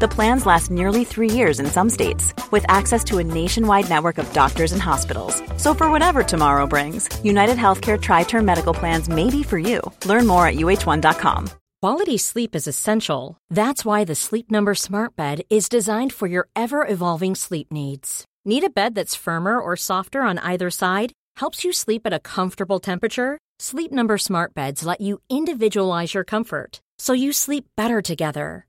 The plans last nearly three years in some states, with access to a nationwide network of doctors and hospitals. So, for whatever tomorrow brings, United Healthcare Tri Term Medical Plans may be for you. Learn more at uh1.com. Quality sleep is essential. That's why the Sleep Number Smart Bed is designed for your ever evolving sleep needs. Need a bed that's firmer or softer on either side? Helps you sleep at a comfortable temperature? Sleep Number Smart Beds let you individualize your comfort so you sleep better together.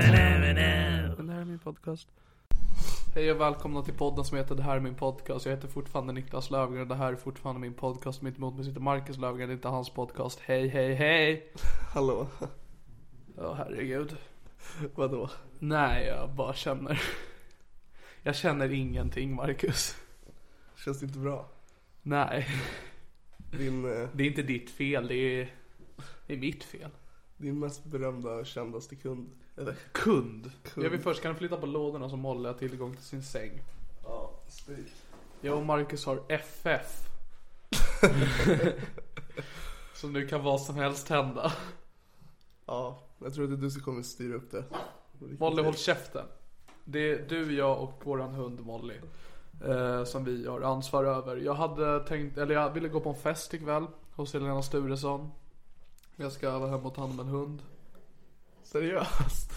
Det här är min podcast. Hej och välkomna till podden som heter Det här är min podcast. Jag heter fortfarande Niklas Löfgren och det här är fortfarande min podcast. Mitt emot mig sitter Marcus Löfgren, det är inte hans podcast. Hej, hej, hej! Hallå, Ja, herregud. vadå? Nej, jag bara känner. Jag känner ingenting, Marcus. Känns det inte bra? Nej, Din, eh, det är inte ditt fel. Det är, det är mitt fel. din mest berömda och kändaste kund, eller? Kund. Kund. Jag vill först kan flytta på lådorna så Molly har tillgång till sin säng. Ja, spik. Jag och Marcus har FF. så nu kan vad som helst hända. Ja, jag tror att det är du som kommer styra upp det. Molly håll käften. Det är du, jag och våran hund Molly. Eh, som vi har ansvar över. Jag hade tänkt, eller jag ville gå på en fest ikväll. Hos Helena Sturesson. Jag ska vara hemma och ta hand om en hund. Seriöst?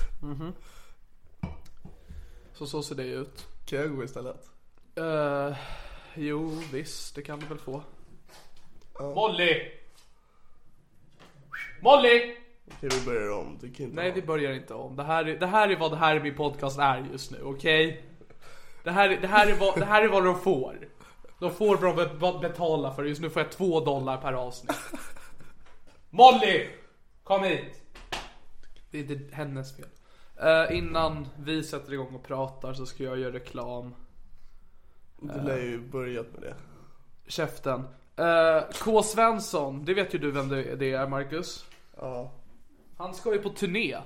Så så ser det ut. Kan jag gå istället? Eh, jo visst, det kan du väl få. Molly! Molly! Okej, vi börjar om. Du kan inte Nej ha- vi börjar inte om. Det här, är- det här är vad det här är min podcast är just nu, okej? Det, här, är- det, här är vad- det här är vad de får. De får vad de be- betala för. Just nu får jag två dollar per avsnitt. Molly! Kom hit! Det är inte hennes fel. Eh, innan vi sätter igång och pratar så ska jag göra reklam. Du lär ju börjat med det. Käften. Eh, K. Svensson, det vet ju du vem det det är Marcus. Ja, Han ska ju på turné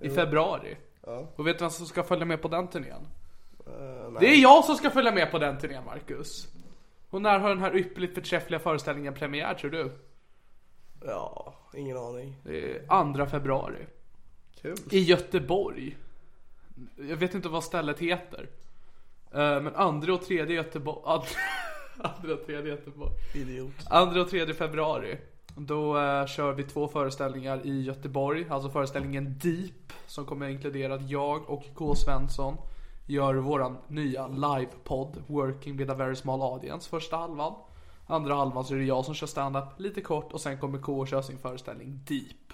i februari. Ja. Och vet du vem som ska följa med på den turnén? eh, Det nej. är jag som ska följa med på den turnén Marcus. Och när har den här ypperligt förträffliga föreställningen premiär tror du? Ja, ingen aning. Det är 2 februari. Kul. I Göteborg. Jag vet inte vad stället heter. Eh, Men andra och tredje Göteborg. Andra och tredje Göteborg. Idiot. Andra och tredje februari. Då eh, kör vi två föreställningar i Göteborg. Alltså föreställningen Deep. Som kommer att inkludera att jag och K. Svensson gör våran nya livepodd Working with a very small audience första halvan. Andra halvan så är det jag som kör standup lite kort och sen kommer K och kör sin föreställning Deep.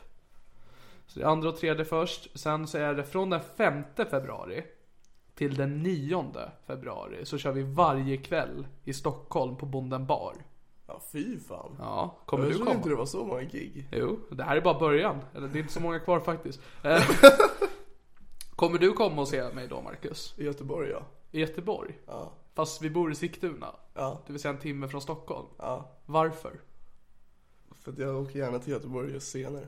Så det är andra och tredje först. Sen så är det från den femte februari till den nionde februari så kör vi varje kväll i Stockholm på Bonden bar. Ja, fy fan. Ja, kommer jag du trodde inte komma? det var så många gig. Jo, det här är bara början. Eller det är inte så många kvar faktiskt. Eh, kommer du komma och se mig då Marcus? I Göteborg ja. I Göteborg? Ja. Fast vi bor i Sigtuna. Ja, Det vill säga en timme från Stockholm. ja. Varför? För att jag åker gärna till Göteborg och gör scener.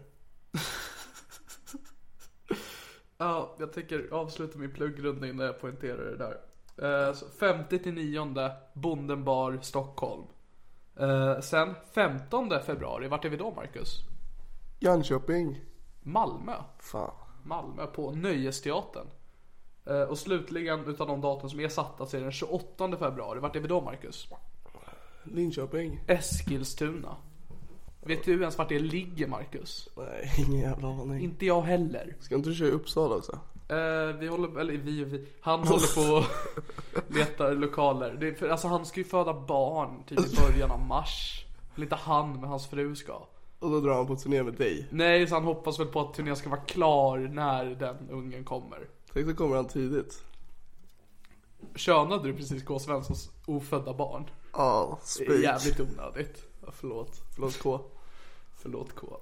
Ja, jag tänker avsluta min pluggrunda innan jag poängterar det där. Eh, så 50 till 9 Bonden bar Stockholm. Eh, sen 15 februari, vart är vi då Marcus? Jönköping. Malmö. Fan. Malmö på Nöjesteatern. Eh, och slutligen utav de datum som är satta så är det den 28 februari. Vart är vi då Marcus? Linköping. Eskilstuna. Vet du ens vart det ligger Marcus? Nej, ingen jävla aning. Inte jag heller. Ska inte du köra i Uppsala också? Eh, vi håller, eller vi, och vi han håller på och letar lokaler. Det är, för, alltså han ska ju föda barn typ i början av mars. Eller inte han, men hans fru ska. Och då drar han på turné med dig. Nej, så han hoppas väl på att turnén ska vara klar när den ungen kommer. Tänk så kommer han tidigt. Könade du precis K. Svenssons ofödda barn? Ja, Det är spik. jävligt onödigt. Ja, Förlåt, förlåt K. Förlåt K.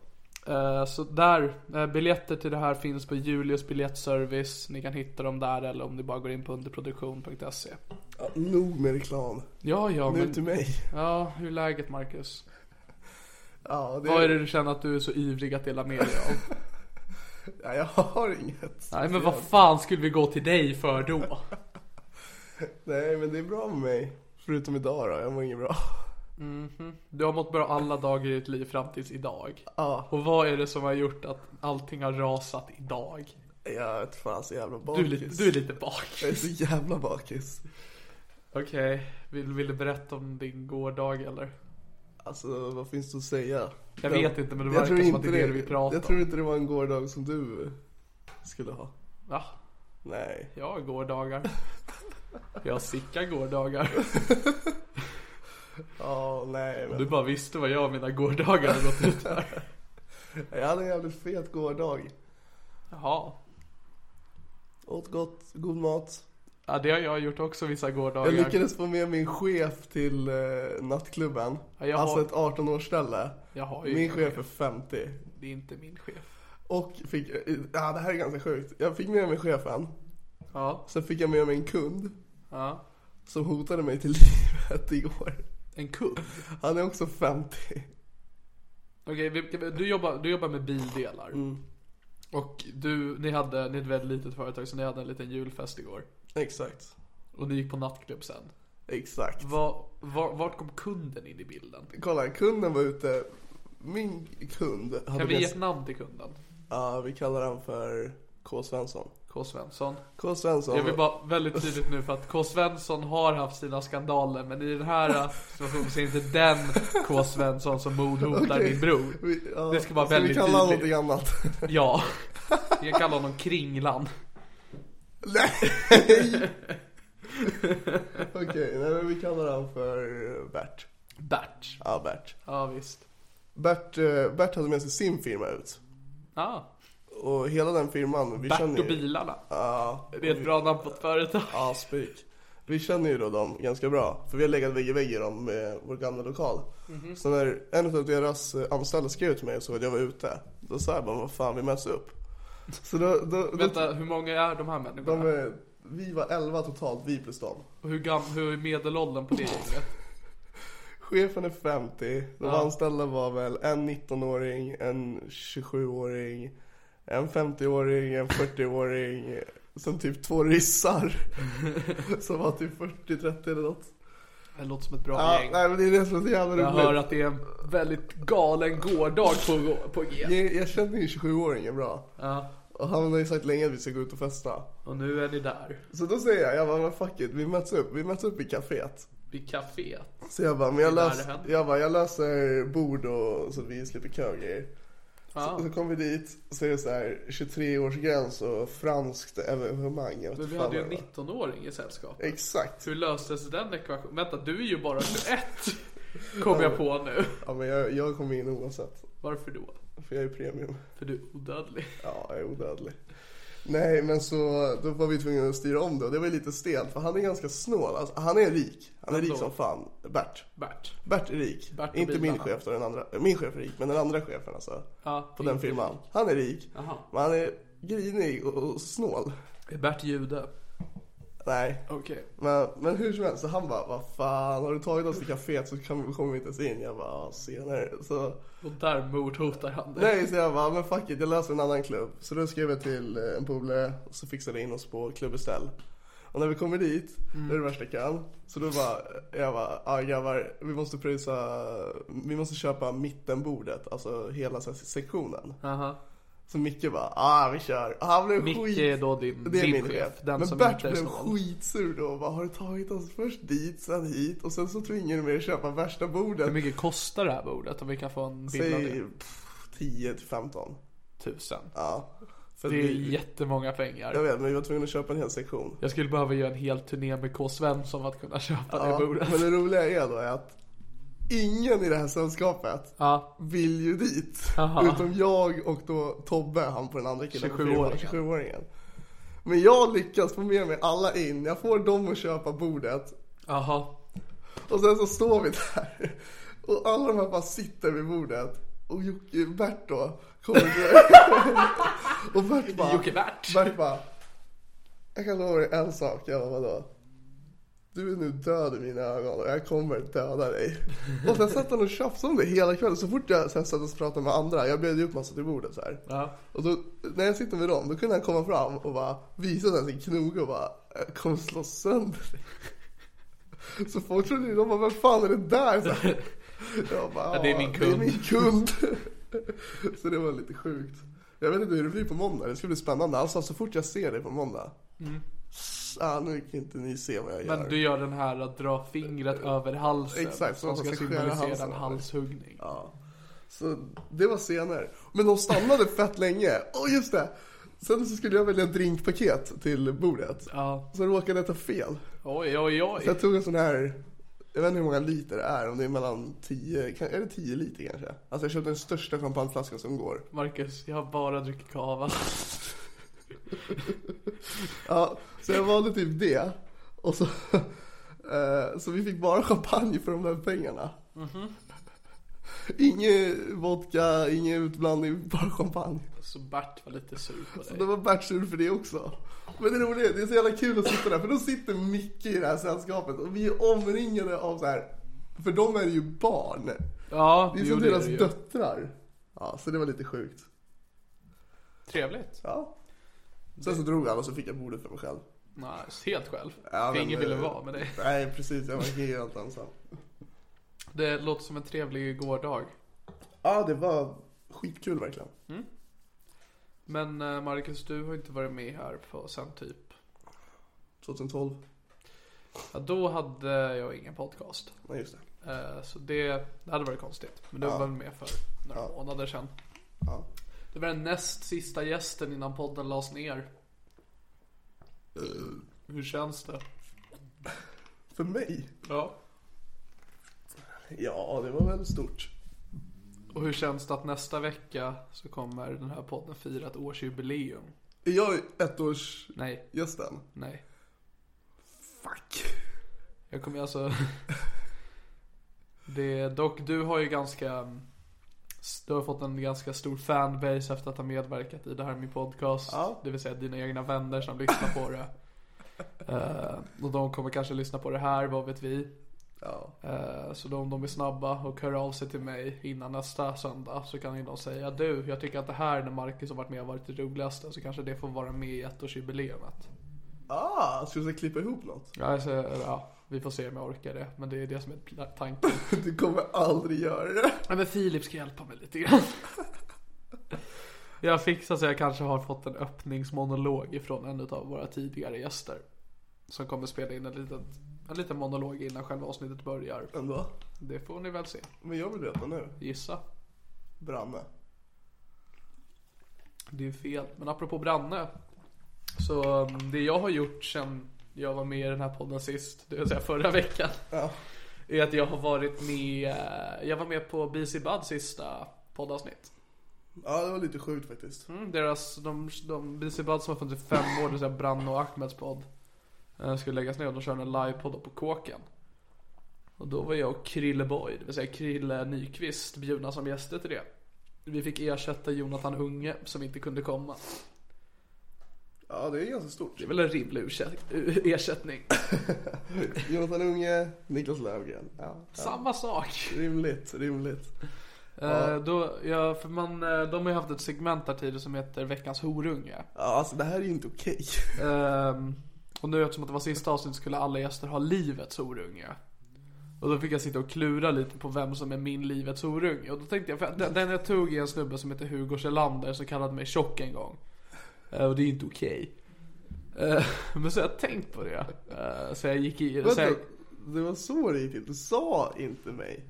Eh, Så där, eh, biljetter till det här finns på Julius biljettservice. Ni kan hitta dem där eller om ni bara går in på underproduktion.se. Ja, nog med reklam. Ja, ja, Nu men... till mig. Ja, hur är läget Marcus? Ja, det Vad är det du känner att du är så ivrig att dela med dig av? Ja, jag har inget. Nej men vad fan skulle vi gå till dig för då? Nej, men det är bra med mig. Förutom idag då, jag mår inget bra. Mhm. Du har mått bra alla dagar i ditt liv fram tills idag. Ja, Och vad är det som har gjort att allting har rasat idag? jag är fan så jävla Du bakis. är lite, du är lite bak. Jag är så jävla bakis. Okej, vill, vill du berätta om din gårdag eller? Alltså, vad finns det att säga? Jag Men- vet inte men det jag verkar tror som att det inte är det vi pratar Jag tror om. inte det var en gårdag som du skulle ha. Va? Nej. Jag har gårdagar. Jag har sicka gårdagar. Ja, nej men. Du bara visste vad jag och mina gårdagar har gått ut här. Jag hade en jävligt fet gårdag. Jaha. Åt gott, god mat. Ja, det har jag gjort också vissa gårdagar. Jag lyckades få med min chef till eh, nattklubben. Ja, jag alltså har- ett 18-årsställe. Jag har ju Min ingen chef är 50. Det är inte min chef. Och fick, eh, ja det här är ganska sjukt. Jag fick med mig chefen. Ja, Sen fick jag med mig en kund. ja. Som hotade mig till livet igår. En kund? Han är också 50. Okej, vi- du, jobbar, du jobbar med bildelar. Och du, ni hade, ni är ett väldigt litet företag så ni hade en liten julfest igår. Exakt. Och ni gick på nattklubb sen. Exakt. Var, var, vart kom kunden in i bilden? Kolla, kunden var ute. Min kund hade Kan vi ge med ett sig- namn till kunden? Ja, vi kallar han för K. Svensson. K. Svensson. K. Svensson. Jag vill bara väldigt tydligt nu för att K. Svensson har haft sina skandaler men i den här eh, situationen så är det inte den K. Svensson som mordhotar Okej. din bror. Vi, ja, det ska vara vi väldigt kalla honom tydligt. någonting annat? Ja. Vi kan kalla honom Kringlan. nej! Okej, nej men vi kallar han för Bert. Bert. Ja, Bert. Ja visst. Bert, eh, Bert hade med sig sin firma ut. Ah, Och hela den firman, vi känner Bert ju... och bilarna. Ja, Det är ett bra namn på ett företag. Ja, spik. Vi känner ju då dem ganska bra, för vi har legat vägg i vägg i dem med vår gamla lokal. Mhm. Så när en av deras eh, anställda skrev till mig och såg att jag var ute, då sa jag bara vad fan vi möts upp. Så då, då, då Vänta, hur många är de här de, människorna? eh, vi var 11 totalt, vi plus dem. Och hur, gam- hur är medelåldern på det gänget? Chefen är 50, de Ja. anställda var väl en 19-åring, en 27-åring, en 50-åring, en 40-åring, sen typ två ryssar som var typ 40-30 eller något. Det låter som ett bra Ja, gäng. nej men det är det som är så jävla Jag hör roligt. att det är en väldigt galen gårdag på, på G. Jag, jag känner ju 27-åringen bra. Ja, Och han har ju sagt länge att vi ska gå ut och festa. och nu är ni där. Så då säger jag, jag bara, men fuck it, vi möts upp, vi möts upp i kaféet. Vid kaféet. Så jag bara, men jag, Det är där lös, det händer. jag, bara, jag löser bord och så vi slipper kö och grejer. Ja. Så, så kom vi dit, så är det så här 23-årsgräns och franskt evenemang. Jag vet Men vi fan hade ju en vad det var. 19-åring i sällskap. Exakt. Hur löstes den ekvationen? Vänta, du är ju bara 21! Kom jag på nu. Ja men jag, jag kom in oavsett. Varför då? För jag är premium. För du är odödlig. Ja, jag är odödlig. Nej, men så då var vi tvungna att styra om det och det var lite stelt för han är ganska snål. Alltså, han är rik. Han är Vem rik då? som fan. Bert. Bert. Bert är rik. Bert och Inte min bilarna. chef då, den andra. eh, Min chef är rik, men den andra chefen alltså. Ja, På den inte firman. rik. Han är rik. Jaha. Men han är grinig och, och snål. Är Bert jude? Nej. Okej. Men, men hur som helst, så han bara, vad fan har du tagit oss till kaféet så kan vi, kommer vi inte ens in. Jag bara, "Ja, senare. Så, Och där mordhotar han dig. nej, så jag bara, men fuck it, jag löser en annan klubb. Så då skrev jag till eh, en polare och så fixade jag in oss på Club Estelle. Och när vi kommer dit, Mm. det är det värsta jag kan. Så då bara, jag bara, ja grabbar, vi måste prisa, vi måste köpa mittenbordet, alltså hela så här, sektionen. Aha. Så Micke bara, ah vi kör. Och han blev Micke skit... är då din- det är din min chef, chef. den Men som Bert inte är blev snål. skitsur då och bara, har du tagit oss först dit, sen hit och sen så tvingar du mig att köpa värsta bordet. Hur mycket kostar det här bordet? Om vi kan få en bild av Säg det. pff, 10 till 15. Tusen. Ja. För Det att är vi, jättemånga Jag pengar. vet, men vi var tvungna att köpa en hel sektion. Jag skulle behöva göra en hel turné med K. Svensson för att kunna köpa Ja, det bordet. men det roliga är då är att ingen i det här sällskapet Ja. vill ju dit. Aha. Utom jag och då Tobbe, han på den andra killen på 27-åringen. firman, 27-åringen. Men jag lyckas få med mig alla in. Jag får dem att köpa bordet. Jaha. Och sen så står vi där. Och alla de här bara sitter vid bordet. Och Jocke, Bert då kommer till- Och Bert bara... Jocke Bert. Bert bara... Jag kan lova dig en sak. Jag bara, vadå? Du är nu död i mina ögon och jag kommer döda dig. Och sen satt han och tjafsade om det hela kvällen. Så fort jag sen satt och pratade med andra, jag bjöd ju upp massa till bordet så här. Ja. Och då, när jag sitter med dem, då kunde han komma fram och bara visa så här sin knoge och bara jag kommer slå sönder dig. Så folk trodde ju, de bara, vem fan är det där? Så här. Jag bara, Ja, det är min Det är kund." min kund. Så det var lite sjukt. Jag vet inte hur det blir på måndag, det ska bli spännande. Alltså så fort jag ser dig på måndag. Ah, nu kan inte ni se vad jag gör. Mm. Eh, Men du gör den här att dra fingret över halsen. Exakt, Som så ska ska skära symbolisera halsen. en halshuggning. Ja. Så det var senare. Men de stannade fett länge. Åh just det! Sen så skulle jag välja drinkpaket till bordet. Ja. Så råkade jag ta fel. Oj, oj, oj. Så jag tog en sån här, jag vet inte hur många liter det är, om det är mellan 10, kan- är det 10 liter kanske? Alltså jag köpte den största champagneflaskan som går. Marcus, jag har bara druckit kava. Ja, så jag valde typ det. Och så, eh, så vi fick bara champagne för de där pengarna. Ingen vodka, ingen utblandning, bara champagne. Så Bert var lite sur på Så det dig. var Bert sur för det också. Men det roliga är, det är så jävla kul att sitta där, för då sitter Micke i det här sällskapet och vi är omringade av så här. för de är ju barn. Ja, Det är jo, som deras det ju. döttrar. Ja, så det var lite sjukt. Trevligt. Ja. Sen så drog han och så fick jag bordet för mig själv. Nice, helt själv. Ja, För men, ingen ville eh, vara med dig. Nej, precis. Jag var helt ensam. Det låter som en trevlig gårdag. Ja, det var skitkul verkligen. Men eh, Marcus, du har inte varit med här på, sen typ... 2012. Ja, då hade jag ingen podcast. Nej, just det. Eh, Så det, det hade varit konstigt. Men du Ja. var med för några Ja. månader sedan. Ja. Det var den näst sista gästen innan podden lades ner. Eh. Hur känns det? För mig? Ja. Ja, det var väl stort. Och hur känns det att nästa vecka så kommer den här podden fira ett årsjubileum? Är jag ettårsgästen? Nej, nej. Fuck. Jag kommer alltså... Det är dock, du har ju ganska... Du har fått en ganska stor fanbase efter att ha medverkat i det här min podcast. Ja. Det vill säga dina egna vänner som lyssnar på det. Eh, och de kommer kanske lyssna på det här, vad vet vi. Ja. Eh, så då om de är snabba och hör av sig till mig innan nästa söndag så kan ju de säga du, jag tycker att det här när Marcus har varit med har varit det roligaste så kanske det får vara med i ettårsjubileumet. Ah, ska vi klippa ihop något? Ja, alltså, ja, vi får se om jag orkar det, men det är det som är pla- tanken. Du kommer aldrig göra det. Ja, men Filip ska hjälpa mig lite grann. Jag fixar så jag kanske har fått en öppningsmonolog ifrån en av våra tidigare gäster. Som kommer spela in en liten, en liten monolog innan själva avsnittet börjar. Ändå. Det får ni väl se. Men jag vill veta nu. Gissa. Branne. Det är fel. Men apropå Branne. Så um, det jag har gjort sen jag var med i den här podden sist, det vill säga förra veckan. Ja. Är att jag har varit med, eh, jag var med på BC Buds sista poddavsnitt. Ja, det var lite sjukt faktiskt. Mm, deras, de, de BC Buds som har funnits i fem år, det vill säga Branne och Ahmeds podd. eh, Skulle läggas ner och de körde en livepodd då på Kåken. Och då var jag och Krille Boy, det vill säga Krille Nyqvist, bjudna som gäster till det. Vi fick ersätta Jonathan Unge som inte kunde komma. Ja, det är ganska stort. Det är väl en rimlig ursäk- u- ersättning. Jonathan Unge, Niklas Löfgren. Ja, ja. Samma sak. Rimligt, rimligt. Eh, då, ja, för man, eh, de har ju haft ett segment där tidigare som heter Veckans horunge. Ja, alltså det här är ju inte okej. Ehm, och nu eftersom att det var sista avsnittet skulle alla gäster ha livets horunge. Och då fick jag sitta och klura lite på vem som är min livets horunge. Och då tänkte jag, för den, den jag tog är en snubbe som heter Hugo Kjellander som kallade mig tjock en gång. Eh, och det är inte okej. Eh, men så har jag tänkt på det. Eh, så jag gick i... Så jag, Vänta, det var så det gick till. Du sa inte mig.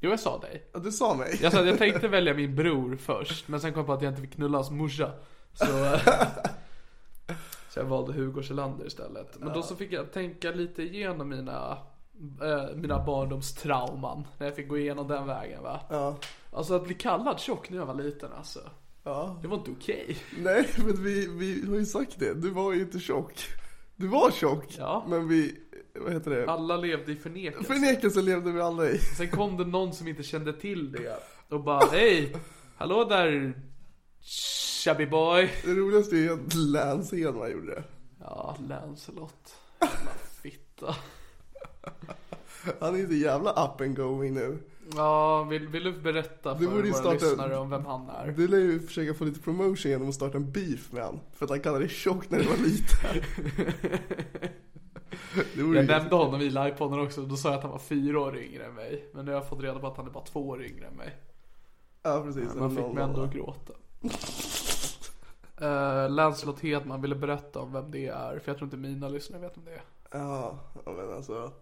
jo, jag sa dig. Ja, du sa mig. Alltså, Jag sa att jag tänkte välja min bror först, men sen kom jag på att jag inte fick knulla hans morsa. Så, eh, så jag valde Hugo Kjellander istället. Men då så fick jag tänka lite igenom mina, eh, mina barndomstrauman. När jag fick gå igenom den vägen va. Ja, Alltså att bli kallad tjock när jag var liten alltså. ja. Det var inte okej. Nej, men vi, vi har ju sagt det. Du var ju inte tjock. Du var tjock. Ja. Men vi, vad heter det? Alla levde i förnekelse. Förnekelse levde vi alla i. Sen kom det någon som inte kände till det. Och bara hej, hallå där chubby boy. Det roligaste är ju att Lance Hedman gjorde det. Ja, Lancelot. Jävla fitta. Han är ju så jävla up and going nu. Ja, vill, vill du berätta för Du borde ju våra starta- lyssnare om vem han är? Du lär ju försöka få lite promotion genom att starta en beef med han. För att han kallade dig tjock när du var liten. Det vore Jag ju- nämnde honom i livepodden också, då sa jag att han var fyra år yngre än mig. Men nu har jag fått reda på att han är bara två år yngre än mig. Ja, precis. Man fick mig ändå att gråta. Uh, Lancelot Hedman ville berätta om vem det är, för jag tror inte mina lyssnare vet om det är. Ja, ja, men alltså.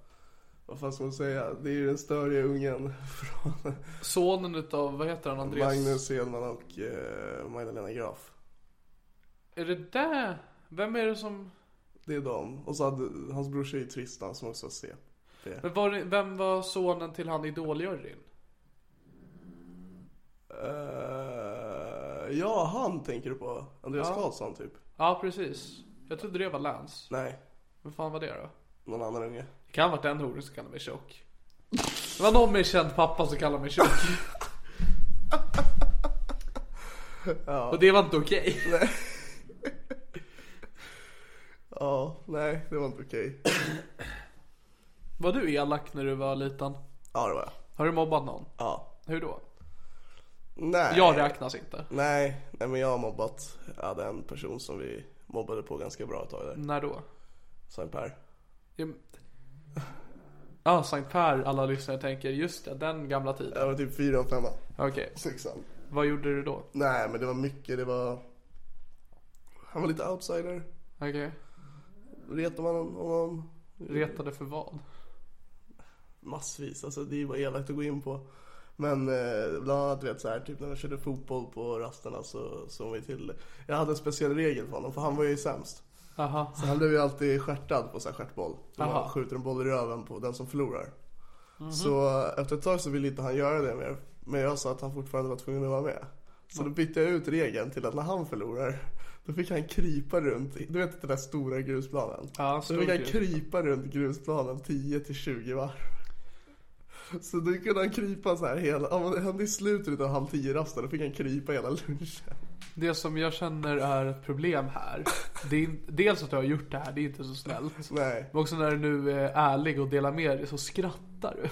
Vad fan ska man säga? Det är ju den störiga ungen från Sonen utav, vad heter han, Andreas? Magnus Hedman och eh, Magdalena Graf. Är det där? Vem är det som... Det är dem. Och så hade hans brorsa är ju Tristan som också var C. Men var det, vem var sonen till han Idol-juryn? Eh, ja, han tänker du på. Andreas Ja. Karlsson typ. Ja, precis. Jag trodde det var Lance. Nej, Vem fan var det då? någon annan unge. Det kan ha varit en hora som kallade mig tjock. Det var någon med en känd pappa som kallade mig tjock. Och det var inte okej. Ja, nej, det var inte okej. Var du elak när du var liten? Ja, det var jag. Har du mobbat någon? Ja. Hur då? Nej. Jag räknas inte. Nej, nej men jag har mobbat. Jag hade en person som vi mobbade på ganska bra ett tag där. När då? Saint Per. Ja, men- ah, Sankt Per, alla lyssnare tänker, just det, den gamla tiden. Jag var typ fyra och femma. Okej, Sexan. vad gjorde du då? Nej, men det var mycket. Det var... Han var lite outsider. Okej, Retade man honom retade för vad? massvis. Alltså det är ju bara elakt att gå in på. Men eh, bland annat du vet så här, typ när jag körde fotboll på rasterna så såg vi till Jag hade en speciell regel för honom, för han var ju sämst. Aha. Så han blev ju alltid stjärtad på så här stjärtboll. Då Aha. Man skjuter en boll i röven på den som förlorar. Mhm. Så eh, efter ett tag så ville inte han göra det mer. Men jag sa att han fortfarande var tvungen att vara med. Så då bytte jag ut regeln till att när han förlorar, då fick han krypa runt, du vet den där stora grusplanen? Ja, Så fick han stor grej. krypa runt grusplanen 10 till 20 varv. Så då kunde han krypa så här hela, ja, men det hände i slutet av halv tio rasten, då fick han krypa hela lunchen. Det som jag känner är ett problem här. Det är, in- dels att du har gjort det här, det är inte så snällt. Nej. Men också när du nu är ärlig och delar med dig så skrattar du.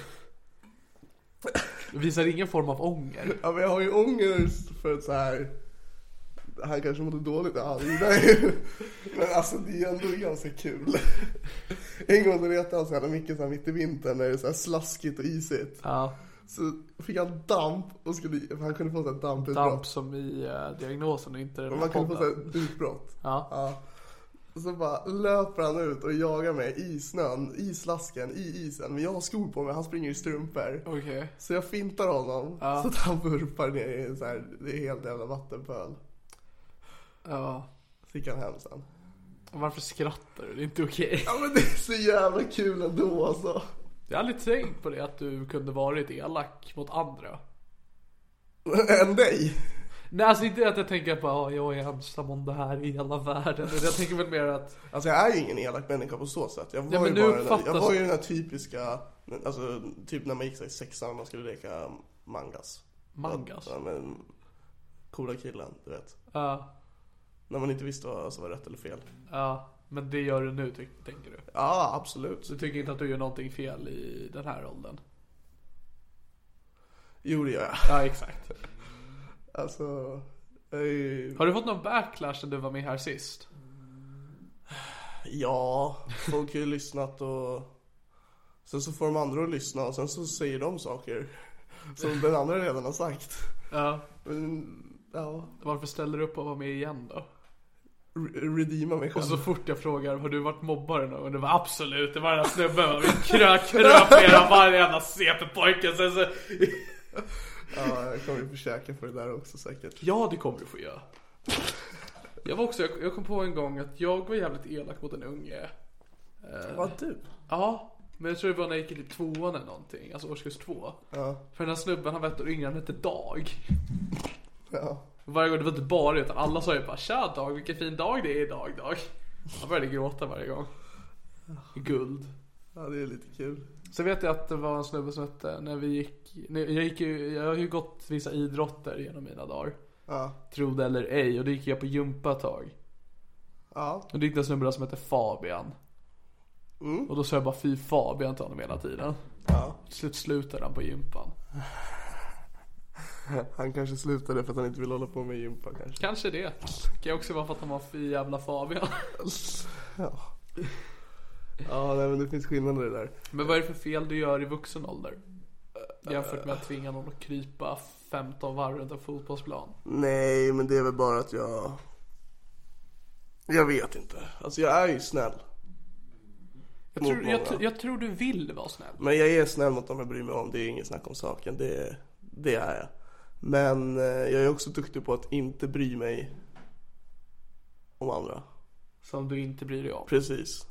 Du visar ingen form av ånger. Ja men jag har ju ångest för att så här. Han kanske mådde dåligt, ja det gjorde han ju. Men alltså det är ändå ganska kul. En gång så retade han så jävla mycket så här mitt i vintern när det är så här slaskigt och isigt. Ja, Så fick han damp och skulle, han kunde få så här damp damputbrott. som i eh, diagnosen och inte den Och här Man kunde få så podden. här utbrott. Ja. Ja. Och så bara löper han ut och jagar mig i snön, i slasken, i isen. Men jag har skor på mig, han springer i strumpor. Okej. Så jag fintar honom Ja. så att han vurpar ner i en så här, det är helt jävla vattenpöl. Ja. Så gick han hem sen. Varför skrattar du? Det är inte okej. Ja men det är så jävla kul ändå alltså. Jag har aldrig tänkt på det att du kunde varit elak mot andra. Än dig. Nej, alltså inte att jag tänker på att jag är ensam om det här i hela världen. Utan Jag tänker väl mer att Alltså jag är ju ingen elak människa på så sätt. Jag var, Ja, men nu ju, bara den där, jag uppfattas- var ju den där typiska, alltså typ när man gick så här i sexan och man skulle leka mangas. mangas. Ja men, coola killen, du vet. Ja. När man inte visste vad som var rätt eller fel. Ja, men det gör du nu ty- tänker du. Ja, absolut. Du tycker inte att du gör någonting fel i den här åldern? Jo, det gör jag. Ja, exakt. Alltså, jag är ju... Har du fått någon backlash när du var med här sist? Ja, folk har ju lyssnat och... Sen så får de andra att lyssna och sen så säger de saker som den andra redan har sagt. Ja. Men, ja. Varför ställer du upp och var med igen då? Alltså- re- Redeema mig själv. Och så fort jag frågar, har du varit mobbare någon gång? Du bara absolut, det var den där snubben. Vi krök, kröp era varje jävla CP-pojke. Sen så... Ja, jag kommer ju få käka för det där också säkert. Ja, det kommer du få göra. Jag var också, jag, jag kom på en gång att jag var jävligt elak mot en unge. Vad du? Ja, men jag tror det var när jag gick i typ tvåan eller någonting, alltså årskurs två. Ja, För den här snubben, han var ett år yngre, han hette Dag. ja. Varje gång, det var inte bara utan alla sa ju bara Tja Dag, vilken fin dag det är idag Dag. Han började gråta varje gång. Guld. ja det är lite kul. Sen vet jag att det var en snubbe som hette, när vi gick, när jag, gick ju, jag har ju gått vissa idrotter genom mina dagar. Ja, Tro det eller ej, och då gick jag på gympa ett tag. ja. Och det gick en snubbe där som hette Fabian. Mm. Och då sa jag bara fy Fabian till honom hela tiden. ja. Till slut slutade han på gympan. Han kanske slutade för att han inte vill hålla på med gympa kanske. Kanske det. Kan ju också vara för att han var fy jävla Fabian. Ja. Ja, nej, men det finns skillnader i det där. Men vad är det för fel du gör i vuxen ålder? Jämfört med att tvinga någon att krypa 15 varv runt en fotbollsplan. Nej, men det är väl bara att jag... Jag vet inte. Alltså jag är ju snäll. Jag tror, Mot jag, många. tr- jag tror du vill vara snäll. Men jag är snäll mot dem jag bryr mig om, det är inget snack om saken. Det, det är jag. Men eh, jag är också duktig på att inte bry mig om andra. Som du inte bryr dig om. Precis.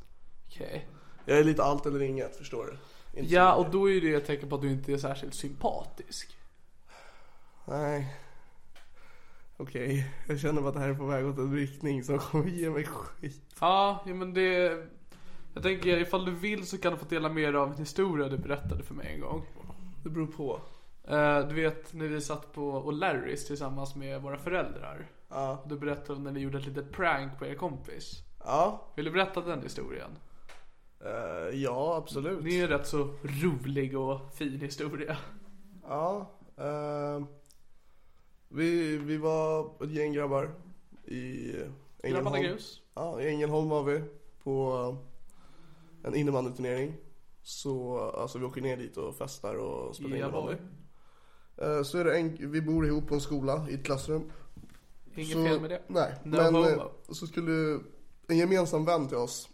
Okej. Jag är lite allt eller inget, förstår du? Inte så Ja, mycket. och då är ju det ett tecken på att du inte är särskilt sympatisk. Nej. Okej, jag känner bara att det här är på väg åt en riktning som kommer ge mig skit. Ja, ja men det... Jag tänker ifall du vill så kan du få dela med dig av en historia du berättade för mig en gång. Det beror på. Eh, du vet när vi satt på O'Larrys tillsammans med våra föräldrar. Ja. Du berättade om när ni gjorde ett litet prank på er kompis. Ja. Vill du berätta den historien? Eh, ja, absolut. Det är ju en rätt så rolig och fin historia. Ja. ehm, vi, vi var ett gäng grabbar i Grabbarna Ängelholm. Grus. Ja, I Ängelholm var vi på eh, en innebandyturnering. Så alltså, vi åker ner dit och festar och Ja, spelar innebandy. boy. Eh, Så är det en, vi bor ihop på en skola i ett klassrum. Inget så, fel med det. Nej. No men homo. eh, så skulle en gemensam vän till oss,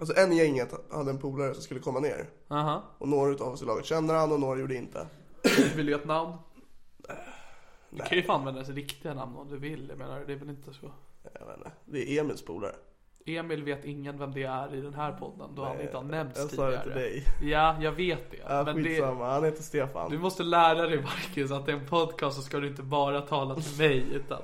alltså en i gänget hade en polare som skulle komma ner. Aha. Och några utav oss i laget känner han och några gjorde inte. Vill du ge ett namn? Du kan ju Äh, Nej, få använda ens riktiga namn om du vill. Jag menar, det är väl inte så. jag vet inte. Det är Emils polare. Emil vet ingen vem det är i den här podden då han inte har nämnts Jag sa tidigare. det till dig. Ja, jag vet det. Ja, men det, skitsamma, han heter Stefan. du måste lära dig Marcus att i en podcast så ska du inte bara tala till mig utan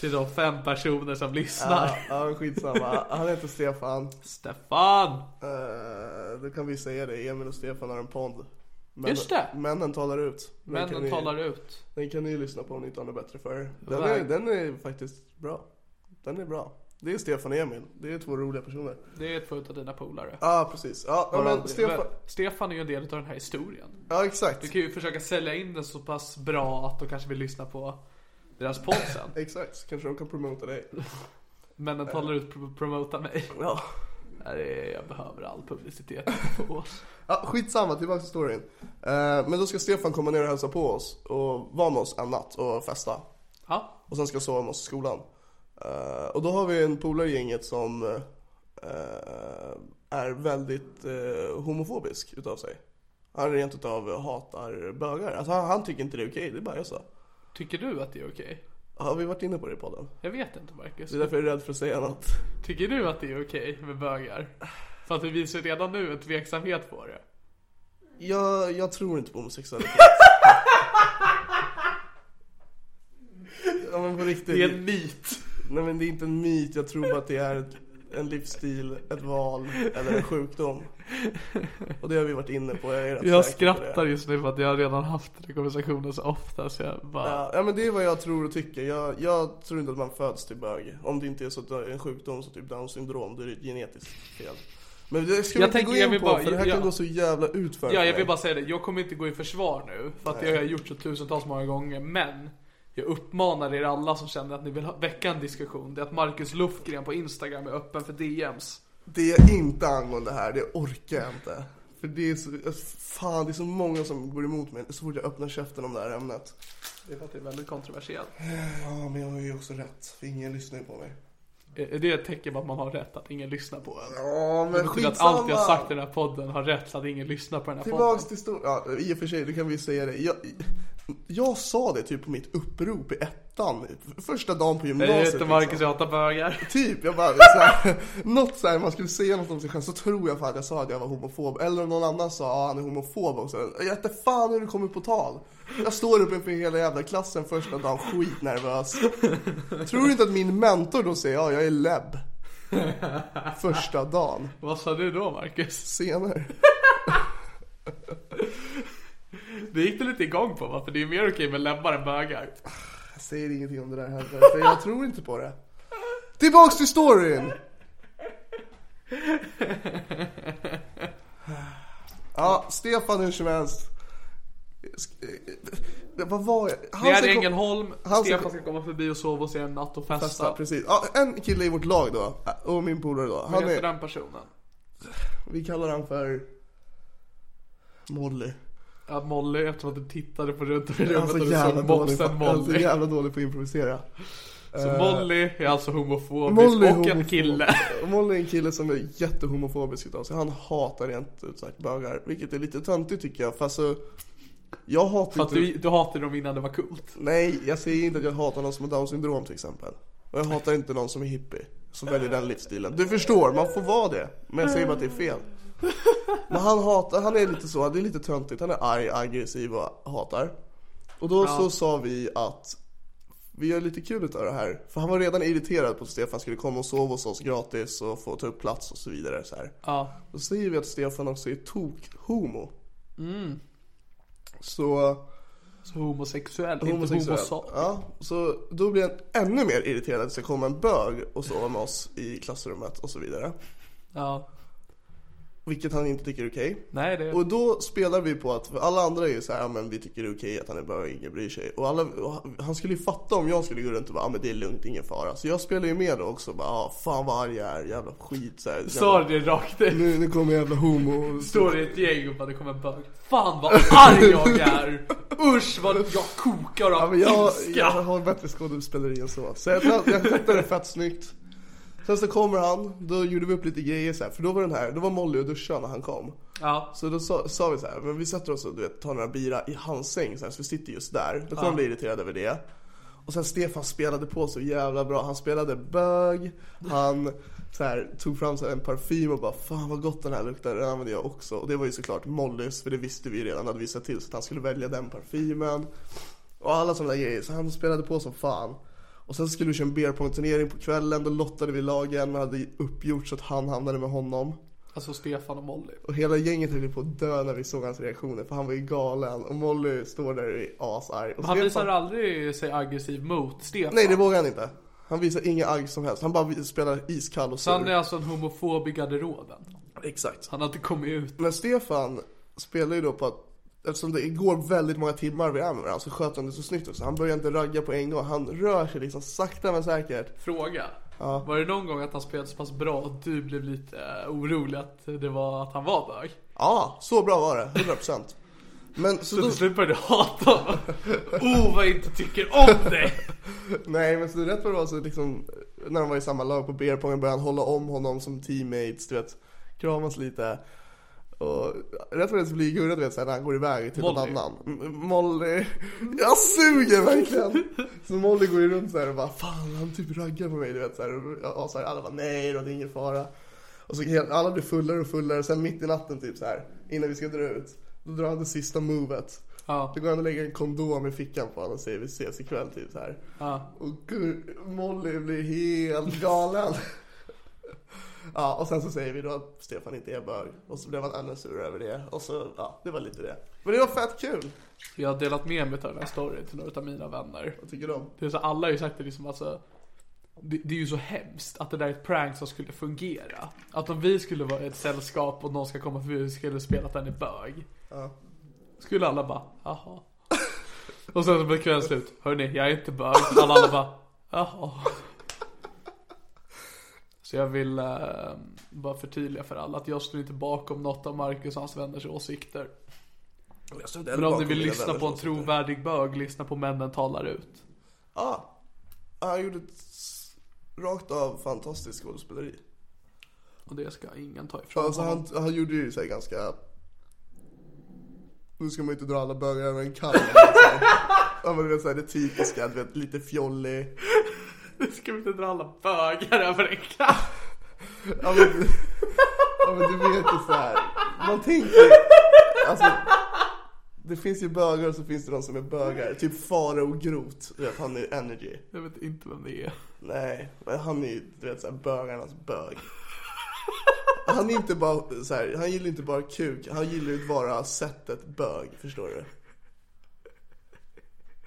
till de fem personer som lyssnar. Ja, ja, men skitsamma. Han heter Stefan. Stefan! Uh, då kan vi säga det, Emil och Stefan har en podd. Men, Just det. Männen talar ut. Den kan Männen ni, talar ut. Den kan ni lyssna på om ni inte har något bättre för er. Den Verk- är, den är faktiskt bra. Den är bra. Det är Stefan och Emil. Det är två roliga personer. Det är två utav dina polare. Ja, precis. Ja, ja, men Stefan. Stefan är ju en del av den här historien. Ja, Du exakt. kan ju försöka sälja in den så pass bra att de kanske vill lyssna på deras podd sen. Exakt, så kanske de kan promota dig. Men den talar ut pr- promota mig. Ja. Nej, det är- jag behöver all publicitet jag får. Ja, skitsamma, tillbaka till storyn. Eh, men då ska Stefan komma ner och hälsa på oss och vara med oss en natt och festa. Ja, Och sen ska jag sova med oss i skolan. Eh, och då har vi en polare i gänget som eh, är väldigt eh, homofobisk utav sig. Han rent utav hatar bögar. Alltså han, han tycker inte det är okej, det är bara jag så. tycker du att det är okej? Har vi varit inne på det i podden? Jag vet inte Marcus. Det är därför jag är rädd för att säga något. Tycker du att det är okej med bögar? För att du visar redan nu en tveksamhet på det. Jag, jag tror inte på homosexualitet. ja men på riktigt. Det är en myt. Nej men det är inte en myt, jag tror bara att det är ett en livsstil, ett val eller en sjukdom. Och det har vi varit inne på. Jag, är rätt Jag säker på det. skrattar just nu för att jag redan haft den konversationen så ofta så jag bara... Ja, ja men det är vad jag tror och tycker. Jag, jag tror inte att man föds till bög. Om det inte är så att det är en sjukdom som typ Downs syndrom, då är det ett genetiskt fel. Men det ska vi Jag inte tänker- gå jag in vill på bara- för det här ja. kan gå så jävla utför Ja, jag för vill mig. bara säga det. Jag kommer inte gå i försvar nu, för att det har jag gjort så tusentals många gånger. Men jag uppmanar er alla som känner att ni vill ha- väcka en diskussion. Det är att Marcus Lufgren på Instagram är öppen för DMs. Det är inte angående här, det orkar jag inte. För det är så, fan det är så många som går emot mig så fort jag öppnar käften om det här ämnet. Det är för att det är väldigt kontroversiellt. Ja, men jag har ju också rätt, för ingen lyssnar ju på mig. Är är det ett tecken på att man har rätt, att ingen lyssnar på en? Det Ja, men betyder att skitsamma! allt jag har sagt i den här podden har rätt, så att ingen lyssnar på den här Tillbaks podden. till stor... Ja, i och för sig, då kan vi säga det. Jag, jag sa det typ på mitt upprop i ettan, första dagen på Jag gymnasiet. heter Marcus, liksom. jag hatar bögar. Typ, jag bara, så här, något såhär, man skulle säga något om sig själv så tror jag fan jag sa att jag var homofob. Eller om någon annan sa att ah, han är homofob också. Jag vet inte fan hur det kommer på tal. Jag står uppe inför hela jävla klassen första dagen, skitnervös. Tror du inte att min mentor då säger ja, ah, jag är lebb? Första dagen, Vad sa du då Marcus? senare. Det gick du lite igång på va? För det är mer okej med läbbar än bögar. Jag säger ingenting om det där heller, för jag tror inte på det. Tillbaks till storyn! Ja, Stefan hur som helst. Sk- Vad var jag? Ni är ska i kom- Ängelholm, han ska Stefan ska komma förbi och sova hos er en natt och Festa, festa. precis. Ja, en kille i vårt lag då, och min polare då. Vad Han heter är, den personen? vi kallar han för Molly. Ja, Molly, eftersom att du tittade på runt om i Han är rummet så och du jävla såg dålig Alltså, på, mobsen han är så Molly. jävla dålig på att improvisera. Så Molly är alltså homofobisk Molly är och en homofob. kille. Molly är en kille som är jättehomofobisk utav sig. Han hatar rent ut sagt bögar. Vilket är lite töntigt tycker jag. Fast så, jag hatar För att inte... du, du hatade dem innan det var coolt. Nej, jag säger inte att jag hatar någon som har down syndrom till exempel. Och jag hatar inte någon som är hippie. Som väljer den livsstilen. Du förstår, man får vara det. Men jag säger bara att det är fel. Men han hatar, han är lite så, det är lite töntigt. Han är arg, aggressiv och hatar. Och då så sa vi att vi gör lite kul utav det här. För han var redan irriterad på att Stefan skulle komma och sova hos oss gratis och få ta upp plats och så vidare. Så här. Ja. Då säger vi att Stefan också är tok-homo. Så Så homosexuell, homosexuell. inte homosak. Ja, så då blir han ännu mer irriterad att det ska komma en bög och sova med oss i klassrummet och så vidare. Ja. Vilket han inte tycker är okej. Nej, det... Och då spelar vi på att, för alla andra är ju så här, ja men vi tycker det är okej att han är bög, ingen bryr sig. Och, alla, och han- han skulle ju fatta om jag skulle gå runt och bara, ja men det är lugnt, ingen fara. Så jag spelar ju med då också, bara, ja fan vad arg jag är, jävla skit så här, Sa jävla, du det rakt ut? nu, nu kommer jävla homo. och- Står det ett gäng och bara det kommer en bög. Fan vad arg jag är! Usch vad jag kokar Ja, av men jag, ilska! jag har bättre skådespeleri än så. Så jag, jag tyckte det fett snyggt. Sen så kommer han, då gjorde vi upp lite grejer så här, för då var den här, då var Molly och duschade när han kom. Ja. Så då sa, sa vi så här, men vi sätter oss och du vet, tar några bira i hans säng så, här, så vi sitter just där. Då kommer han bli irriterad över det. Och sen Stefan spelade på så jävla bra. Han spelade bög, han så här, tog fram så här, en parfym och bara fan vad gott den här luktar, den använder jag också. Och det var ju såklart Mollys för det visste vi ju redan, hade vi sett till så att han skulle välja den parfymen. Och alla sådana där grejer, så han spelade på som fan. Och sen skulle vi köra en beer pong turnering på kvällen, då lottade vi lagen, men hade uppgjort så att han hamnade med honom. Alltså Stefan och Molly. Och hela gänget höll ju på att dö när vi såg hans reaktioner för han var ju galen och Molly står där och är asarg. Och Han Stefan- visar aldrig sig aggressiv mot Stefan. Nej det vågar han inte. Han visar inga agg som helst. Han bara spelar iskall och Så han är sur. alltså en homofob i garderoben. Exakt. Han har inte kommit ut. Men Stefan spelar ju då på att Eftersom det går väldigt många timmar vi är med varandra så sköter han det så snyggt också. Han börjar inte ragga på en gång. Han rör sig liksom sakta men säkert. Fråga. Var det någon gång att han spelade så pass bra att du blev lite eh, orolig att det var att han var bög? Ja, så bra var det. 100%. Men så, Så då, till slut började du hata honom. Oh vad jag inte tycker om dig! Nej men så rätt vad det var så liksom När de var i samma lag på beerpongen började han hålla om honom som teammates du vet Kramas lite Och rätt vad det är så blir Gurra du vet såhär när han går iväg till någon Molly. annan M- Molly Jag suger verkligen! Så Molly går ju runt såhär och bara Fan han typ raggar på mig du vet såhär Och så här, alla bara nej då det är ingen fara Och så helt- alla blir fullare och fullare sen mitt i natten typ så här Innan vi ska dra ut Då drar han det sista movet Ja, Då går han och lägger en kondom i fickan på honom och säger vi ses ikväll typ så här ja. och Gur- Molly blir helt galen. Ja, och sen så säger vi då att Stefan inte är bög. Och så blev han ännu sur över det. Och så, ja, det var lite det. Men det var fett kul. Jag har delat med mig av den här storyn till några av mina vänner. Vad tycker du om? Det är så, alla har ju sagt det liksom alltså. Det, det är ju så hemskt att det där är ett prank som skulle fungera. Att om vi skulle vara ett sällskap och någon ska komma förbi och skulle spela att den är bög. Ja. Skulle alla bara, jaha. Och sen så blev kvällen slut. Hörni, jag är inte bög. Alla, alla bara, jaha. Så jag vill eh, bara förtydliga för alla att jag står inte bakom något av Marcus och hans vänners åsikter. Men om ni vill lyssna på en trovärdig bög, lyssna på männen talar ut. Ja. Ja, Han gjorde ett s- rakt av fantastiskt skådespeleri. Och det ska ingen ta ifrån Alltså honom. han, han gjorde ju sig ganska... Nu ska man ju inte dra alla bögar över en kam. alltså. Ja men du vet såhär det typiska, du vet lite fjollig. Nu ska vi inte dra alla bögar över en kam. Ja men, ja, men du vet ju såhär. Man tänker alltså, Det finns ju bögar och så finns det de som är bögar. Typ Farao Groth, du vet han är energy. Jag vet inte vem det är. Nej, men han är ju du vet såhär bögarnas bög. Han är inte bara så här, han gillar inte bara kuk, han gillar ju bara sättet bög, förstår du?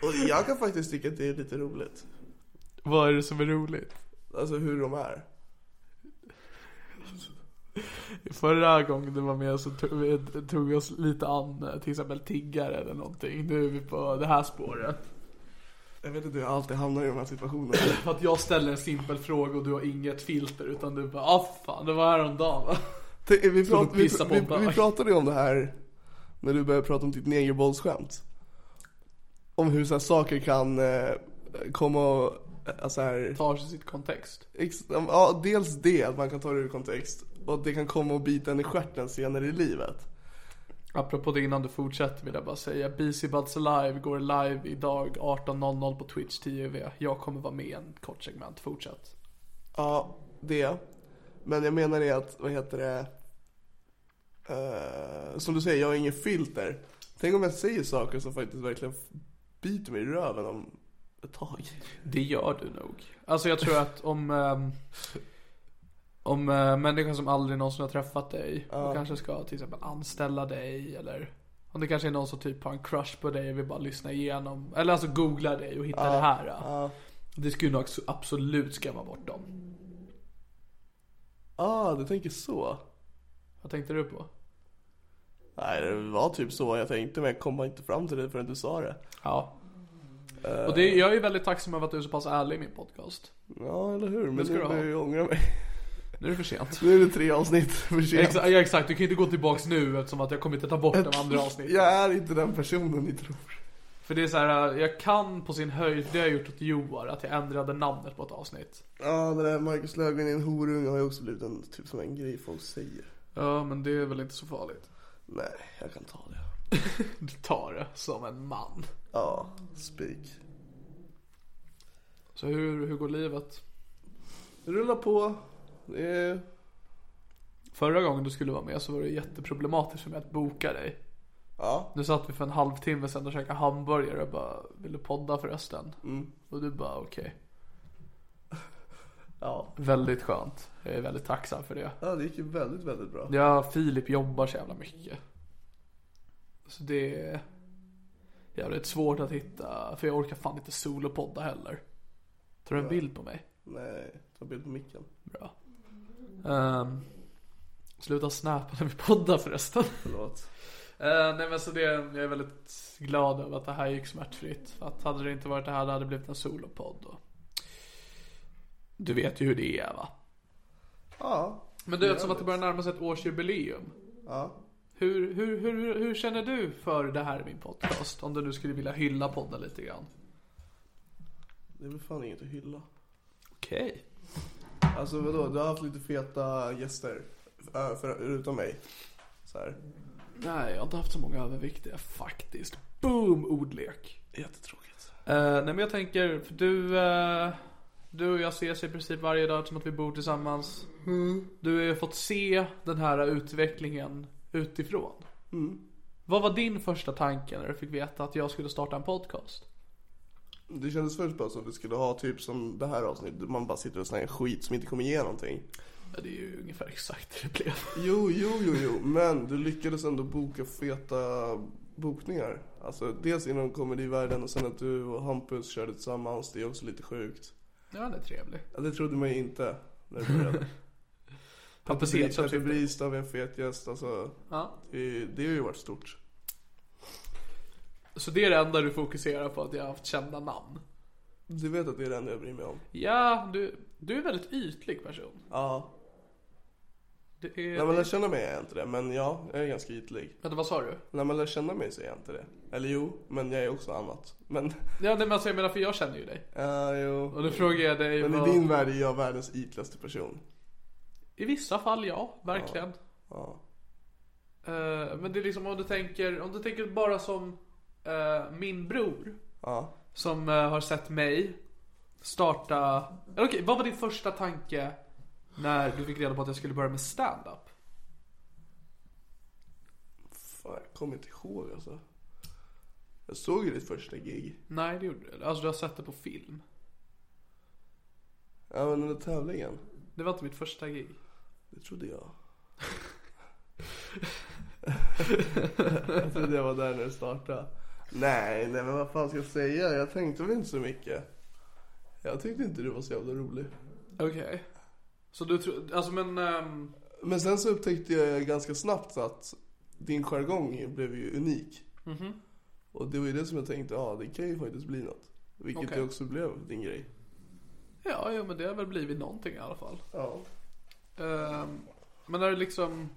Och jag kan faktiskt tycka att det är lite roligt. Vad är det som är roligt? Alltså hur de är. Förra gången du var med så tog vi, tog vi oss lite an eh, till exempel tiggare eller någonting. Nu är vi på det här spåret. Jag vet inte hur jag alltid hamnar i de här situationerna. För att jag ställer en simpel fråga och du har inget filter utan du bara ah fan det var häromdagen va? Tänk, Vi, Som prat, att vi, pissa på en vi, vi bög. pratade ju om det här när du började prata om ditt negerbollsskämt. Om hur så här, saker kan eh, komma och, eh, alltså här, Tar sig sitt kontext. Ex- Ja, dels det, att man kan ta det ur kontext. Och att det kan komma och bita en i stjärten senare i livet. Apropå det innan du fortsätter vill jag bara säga BC Buds Live går live idag 18.00 på Twitch TV. Jag kommer vara med i en kort segment, fortsätt. Ja, det. Men jag menar det att, vad heter det? Eh, som du säger, jag har ingen filter. Tänk om jag säger saker som faktiskt verkligen f- biter mig i röven om ett tag. Det gör du nog. Alltså jag tror att om ehm, om eh, människan som aldrig någonsin har träffat dig och kanske ska till exempel anställa dig eller om det kanske är någon som typ har en crush på dig och vill bara lyssna igenom eller alltså googla dig och hitta det här. eh. Det skulle nog abso- absolut skrämma bort dem. Ah, du tänker så? Vad tänkte du på? Nej, det var typ så jag tänkte men jag kom bara inte fram till det förrän du sa det. Eh, Ja. Och det, jag är väldigt tacksam över att du är så pass ärlig i min podcast. Ja, eller hur? Men ska nu du ha. börjar jag ju ångra mig. Nu är det för sent. Nu är det tre avsnitt för sent. Exa- ja, exakt, du kan ju inte gå tillbaks nu eftersom att jag kommer inte ta bort de andra avsnitten. Jag är inte den personen ni tror. För det är så här, jag kan på sin höjd, det har jag gjort åt Joar, att jag ändrade namnet på ett avsnitt. Ja, det där Marcus Löfgren är en horunge har ju också blivit en, typ som en grej folk säger. Ja, men det är väl inte så farligt. Nej, jag kan ta det. Du tar det som en man. Ja, spik. Så hur, hur går livet? Rulla på. Det är- Förra gången du skulle vara med så var det jätteproblematiskt för mig att boka dig. Ja, Nu satt vi för en halvtimme sedan och käkade hamburgare och bara, vill du podda förresten? mm. Och du bara, okej. ja. Väldigt skönt. Jag är väldigt tacksam för det. Ja, det gick ju väldigt, väldigt bra. Ja, Filip jobbar så jävla mycket. Så det är jävligt svårt att hitta, för jag orkar fan inte solopodda heller. Tar du en bild på mig? Nej, ta bild på micken. Bra. Ehm, sluta snappa när vi poddar förresten. Förlåt. Eh, nej men så det, jag är väldigt glad över att det här gick smärtfritt. För att hade det inte varit det här, det hade blivit en solopodd. Och... Du vet ju hur det är va? Ja, Men du, eftersom att det börjar närma sig ett årsjubileum. ja. Hur, hur, hur, hur känner du för det här i min podcast? Om du nu skulle vilja hylla podden lite grann. Det är väl fan inget att hylla. Okej. Alltså vadå, du har haft lite feta gäster. Äh, förutom mig. Så här. Nej, jag har inte haft så många överviktiga faktiskt. Boom, ordlek. Jättetråkigt. Eh, nej men jag tänker, för du, eh, du och jag ses i princip varje dag som att vi bor tillsammans. Du har ju fått se den här utvecklingen utifrån. Mm. Vad var din första tanke när du fick veta att jag skulle starta en podcast? Det kändes först bara som att vi skulle ha typ som det här avsnittet, man bara sitter och snackar skit som inte kommer ge någonting. Ja, det är ju ungefär exakt det det blev. Jo, jo, jo, jo, men du lyckades ändå boka feta bokningar. Alltså dels inom komedivärlden och sen att du och Hampus körde tillsammans, det är också lite sjukt. Ja, han är trevlig. Ja, det trodde man ju inte när det började. Hampus Hedström Petter tyckte- Bristad var en fet gäst, alltså Ja. det, är- det har ju varit stort. Så det är det enda du fokuserar på, att jag har haft kända namn. Du vet att det är det enda jag bryr mig om. Ja, du, du är en väldigt ytlig person. Ja. Det är... När man lär känna mig är jag inte det, men ja, jag är ganska ytlig. Vänta, vad sa du? När man lär känna mig så är jag inte det. Eller jo, men jag är också annat. Men, Ja, nej, men alltså, jag menar, för jag känner ju dig. ja, Och jo. då frågar jag dig Men vad... i din värld är jag världens ytligaste person. I vissa fall, ja. Verkligen. Ja. Eh, men det är liksom om du tänker, om du tänker bara som eh, min bror. Ja. Som eh, har sett mig starta... Eller Okej, vad var din första tanke när du fick reda på att jag skulle börja med stand-up? Fan, jag kommer inte ihåg alltså. Jag såg ju ditt första gig. Nej, det gjorde du Alltså du har sett det på film. Ja, men under tävlingen. Det var inte mitt första gig. Det trodde jag. jag trodde jag var där när det startade. Nej, nej men vad fan ska jag säga? Jag tänkte väl inte så mycket. Jag tyckte inte du var så jävla rolig. Okej. Så du tror... Alltså men... ehm, Men sen så upptäckte jag ganska snabbt att din jargong blev ju unik. Och det var ju det som jag tänkte, ja det kan ju faktiskt bli något. Vilket Okej. det också blev, din grej. ja, jo, men det har väl blivit någonting i alla fall. Ja. Ehm, men när du liksom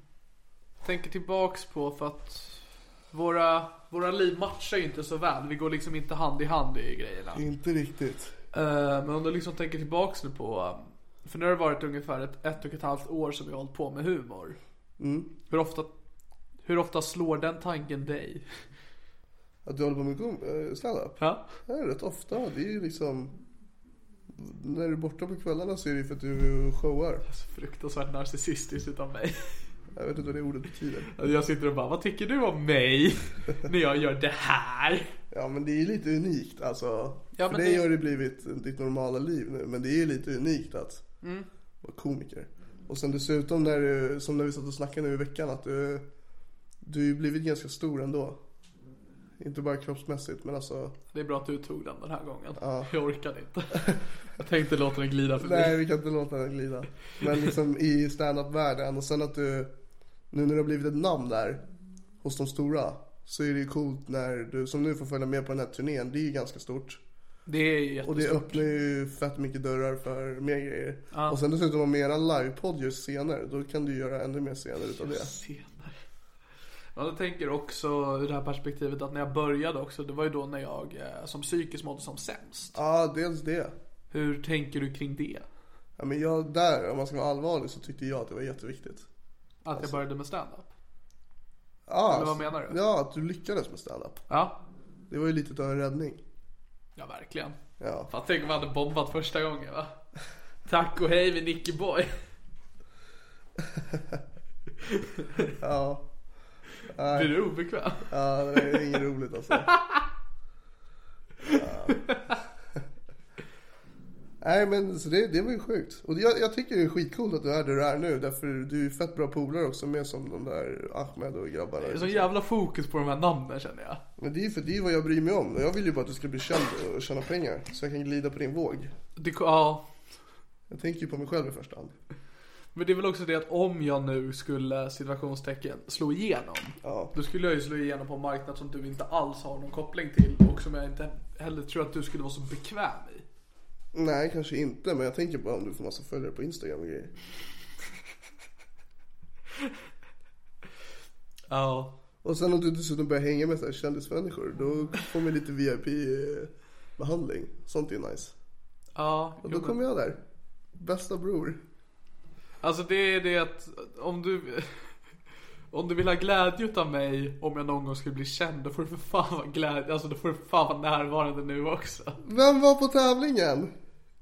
tänker tillbaks på för att våra, våra liv matchar ju inte så väl. Vi går liksom inte hand i hand i grejerna. Inte riktigt. Eh, Men om du liksom tänker tillbaks nu på um, För nu har det varit ungefär ett, ett och ett halvt år som vi har hållit på med humor Hur ofta Hur ofta slår den tanken dig? Att du håller på med kom- eh, standup? Ja, Ja, rätt ofta. Det är ju liksom... När du är borta på kvällarna så är det ju för att du showar. så fruktansvärt narcissistiskt utav mig Jag vet inte vad det ordet betyder. Alltså, Jag sitter och bara, vad tycker du om mig? När jag gör det här? Ja, men det är ju lite unikt alltså. Ja, för men dig det- har det blivit ditt normala liv nu. Men det är ju lite unikt att Mm. vara komiker. Och sen dessutom, när du, som när vi satt och snackade nu i veckan, att du... Du har ju blivit ganska stor ändå. Inte bara kroppsmässigt, men alltså... Det är bra att du tog den den här gången Jag orkade inte Jag tänkte låta den glida förbi Nej, vi kan inte låta den glida. Men liksom i standup-världen och sen att du, nu när du har blivit ett namn där hos de stora så är det ju coolt när du, som nu får följa med på den här turnén, det är ju ganska stort. Det är ju Och det jättestort öppnar ju fett mycket dörrar för mer grejer. Och sen dessutom om era livepodd görs senare, då kan du göra ännu mer scener utav det. senare. Ja, jag tänker också ur det här perspektivet att när jag började också, det var ju då när jag eh, som psykiskt mådde som sämst. Ja, dels det. Hur tänker du kring det? Ja, men jag där, om man ska vara allvarlig, så tyckte jag att det var jätteviktigt. Att Alltså- jag började med stand-up? Ja, Eller vad menar du? Ja, att du lyckades med standup. Ja, Det var ju lite utav en räddning. ja verkligen. Ja. Fan, tänk om jag hade bombat första gången va? Tack och hej med Nicky Boy. Ja. Blir du obekväm? Ja, det är inget roligt alltså. Ja. Nej men så det, det var ju sjukt. Och jag, jag tycker det är skitcoolt att du är där du är nu. Därför du är ju fett bra polare också med som de där Ahmed och grabbarna. Det är sån jävla fokus på de här namnen känner jag. Men det är ju för det är vad jag bryr mig om. Och jag vill ju bara att du ska bli känd och tjäna pengar. Så jag kan glida på din våg. Det, ja, Jag tänker ju på mig själv i första hand. men det är väl också det att om jag nu skulle situationstecken slå igenom. Ja. Då skulle jag ju slå igenom på en marknad som du inte alls har någon koppling till och som jag inte heller tror att du skulle vara så bekväm i. Nej kanske inte. Men jag tänker bara om du får massa följare på Instagram och grejer. Ja. Och sen om du dessutom börjar hänga med så här kändismänniskor. Då får man lite VIP-behandling. Sånt är ju nice. Ja, jo, Och då men- kommer jag där. Bästa bror. Alltså det är det att om du... Om du vill ha glädje utav mig om jag någon gång skulle bli känd, då får du för fan vara glädje, alltså då får du för fan vara närvarande nu också. Vem var på tävlingen?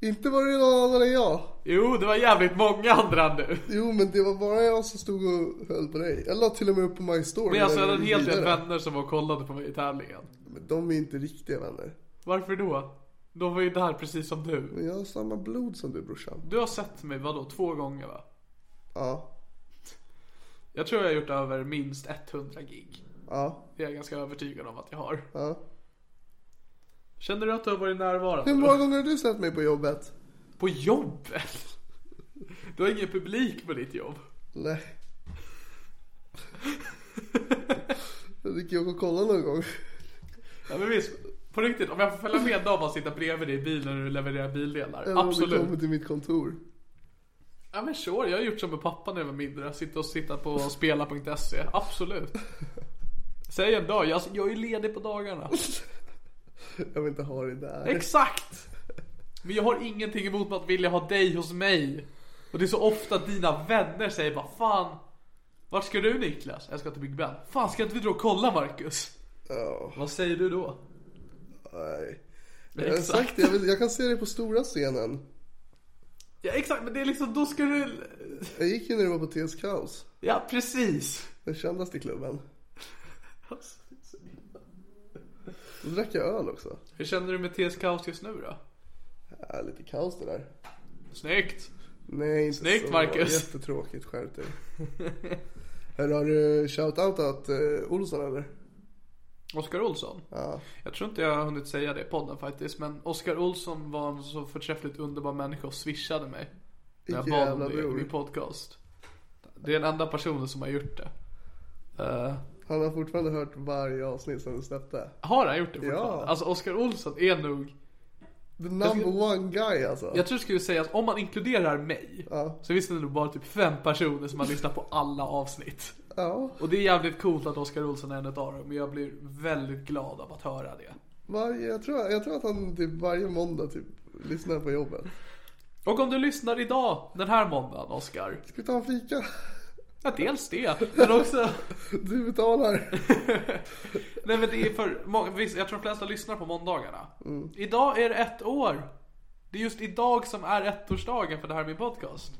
Inte var det någon annan än jag. Jo, det var jävligt många andra nu. Jo, men det var bara jag som stod och höll på dig. Jag la till och med upp på My Story. Men alltså jag hade en gick hel del vidare. vänner som var och kollade på mig i tävlingen. Men de är inte riktiga vänner. Varför då? De var ju där precis som du. Men jag har samma blod som du brorsan. Du har sett mig, vadå, två gånger va? Ja, Jag tror jag har gjort över minst 100 gig. ja, Det är jag ganska övertygad om att jag har. ja. Känner du att du har varit närvarande? Hur många gånger har du sett mig på jobbet? På jobbet? Du har ingen publik på ditt jobb. Nej. Du kan ju åka och kolla någon gång. Ja, men visst, på riktigt, om jag får följa med dem och sitta bredvid dig i bilen när du levererar bildelar. Eller om du absolut. kommer till mitt kontor. Ja men sure, jag har gjort som med pappa när jag var mindre. Sitta och sitta på spela.se. Absolut. Säg en dag, jag, jag är ledig på dagarna. Jag vill inte ha det där. Exakt! Men jag har ingenting emot att vilja ha dig hos mig. Och det är så ofta att dina vänner säger bara fan. Vart ska du Niklas? Jag ska till Big Ben. Fan ska inte vi dra och kolla Marcus? Ja, Vad säger du då? nej. Jag har sagt det, jag, vill, jag kan se dig på stora scenen. Ja exakt, men det är liksom, då ska du... Jag gick ju när det var på TS Kaos. Ja precis. Den kändaste klubben. Då drack jag öl också. Hur känner du med TS Kaos just nu då? Ja, lite kaos det där. Snyggt! Nej, inte Snyggt, så. Marcus. Jättetråkigt, skärp dig. Hör, har du shoutoutat eh, Olsson eller? Oskar Olsson? Ja. Jag tror inte jag har hunnit säga det i podden faktiskt, men Oskar Olsson var en så förträffligt underbar människa och swishade mig. När jag bad om Jävla det i bror. min podcast. Det är den enda personen som har gjort det. Eh, Han har fortfarande hört varje avsnitt som du släppte. har han gjort det fortfarande? Ja. Alltså Oskar Olsson är nog, The number one guy alltså. jag tror det skulle säga att om man inkluderar mig, Ja. så finns det nog bara typ fem personer som har lyssnat på alla avsnitt. Ja, Och det är jävligt coolt att Oskar Olsson är en av dem, men jag blir väldigt glad av att höra det. varje, jag, tror, jag tror att han typ varje måndag typ lyssnar på jobbet. Och om du lyssnar idag, den här måndagen Oskar, Ska vi ta en fika? ja dels det, men också Du betalar. Nej men det är för många, visst, jag tror de flesta lyssnar på måndagarna. Idag är det ett år. Det är just idag som är ettårsdagen för det här är min podcast.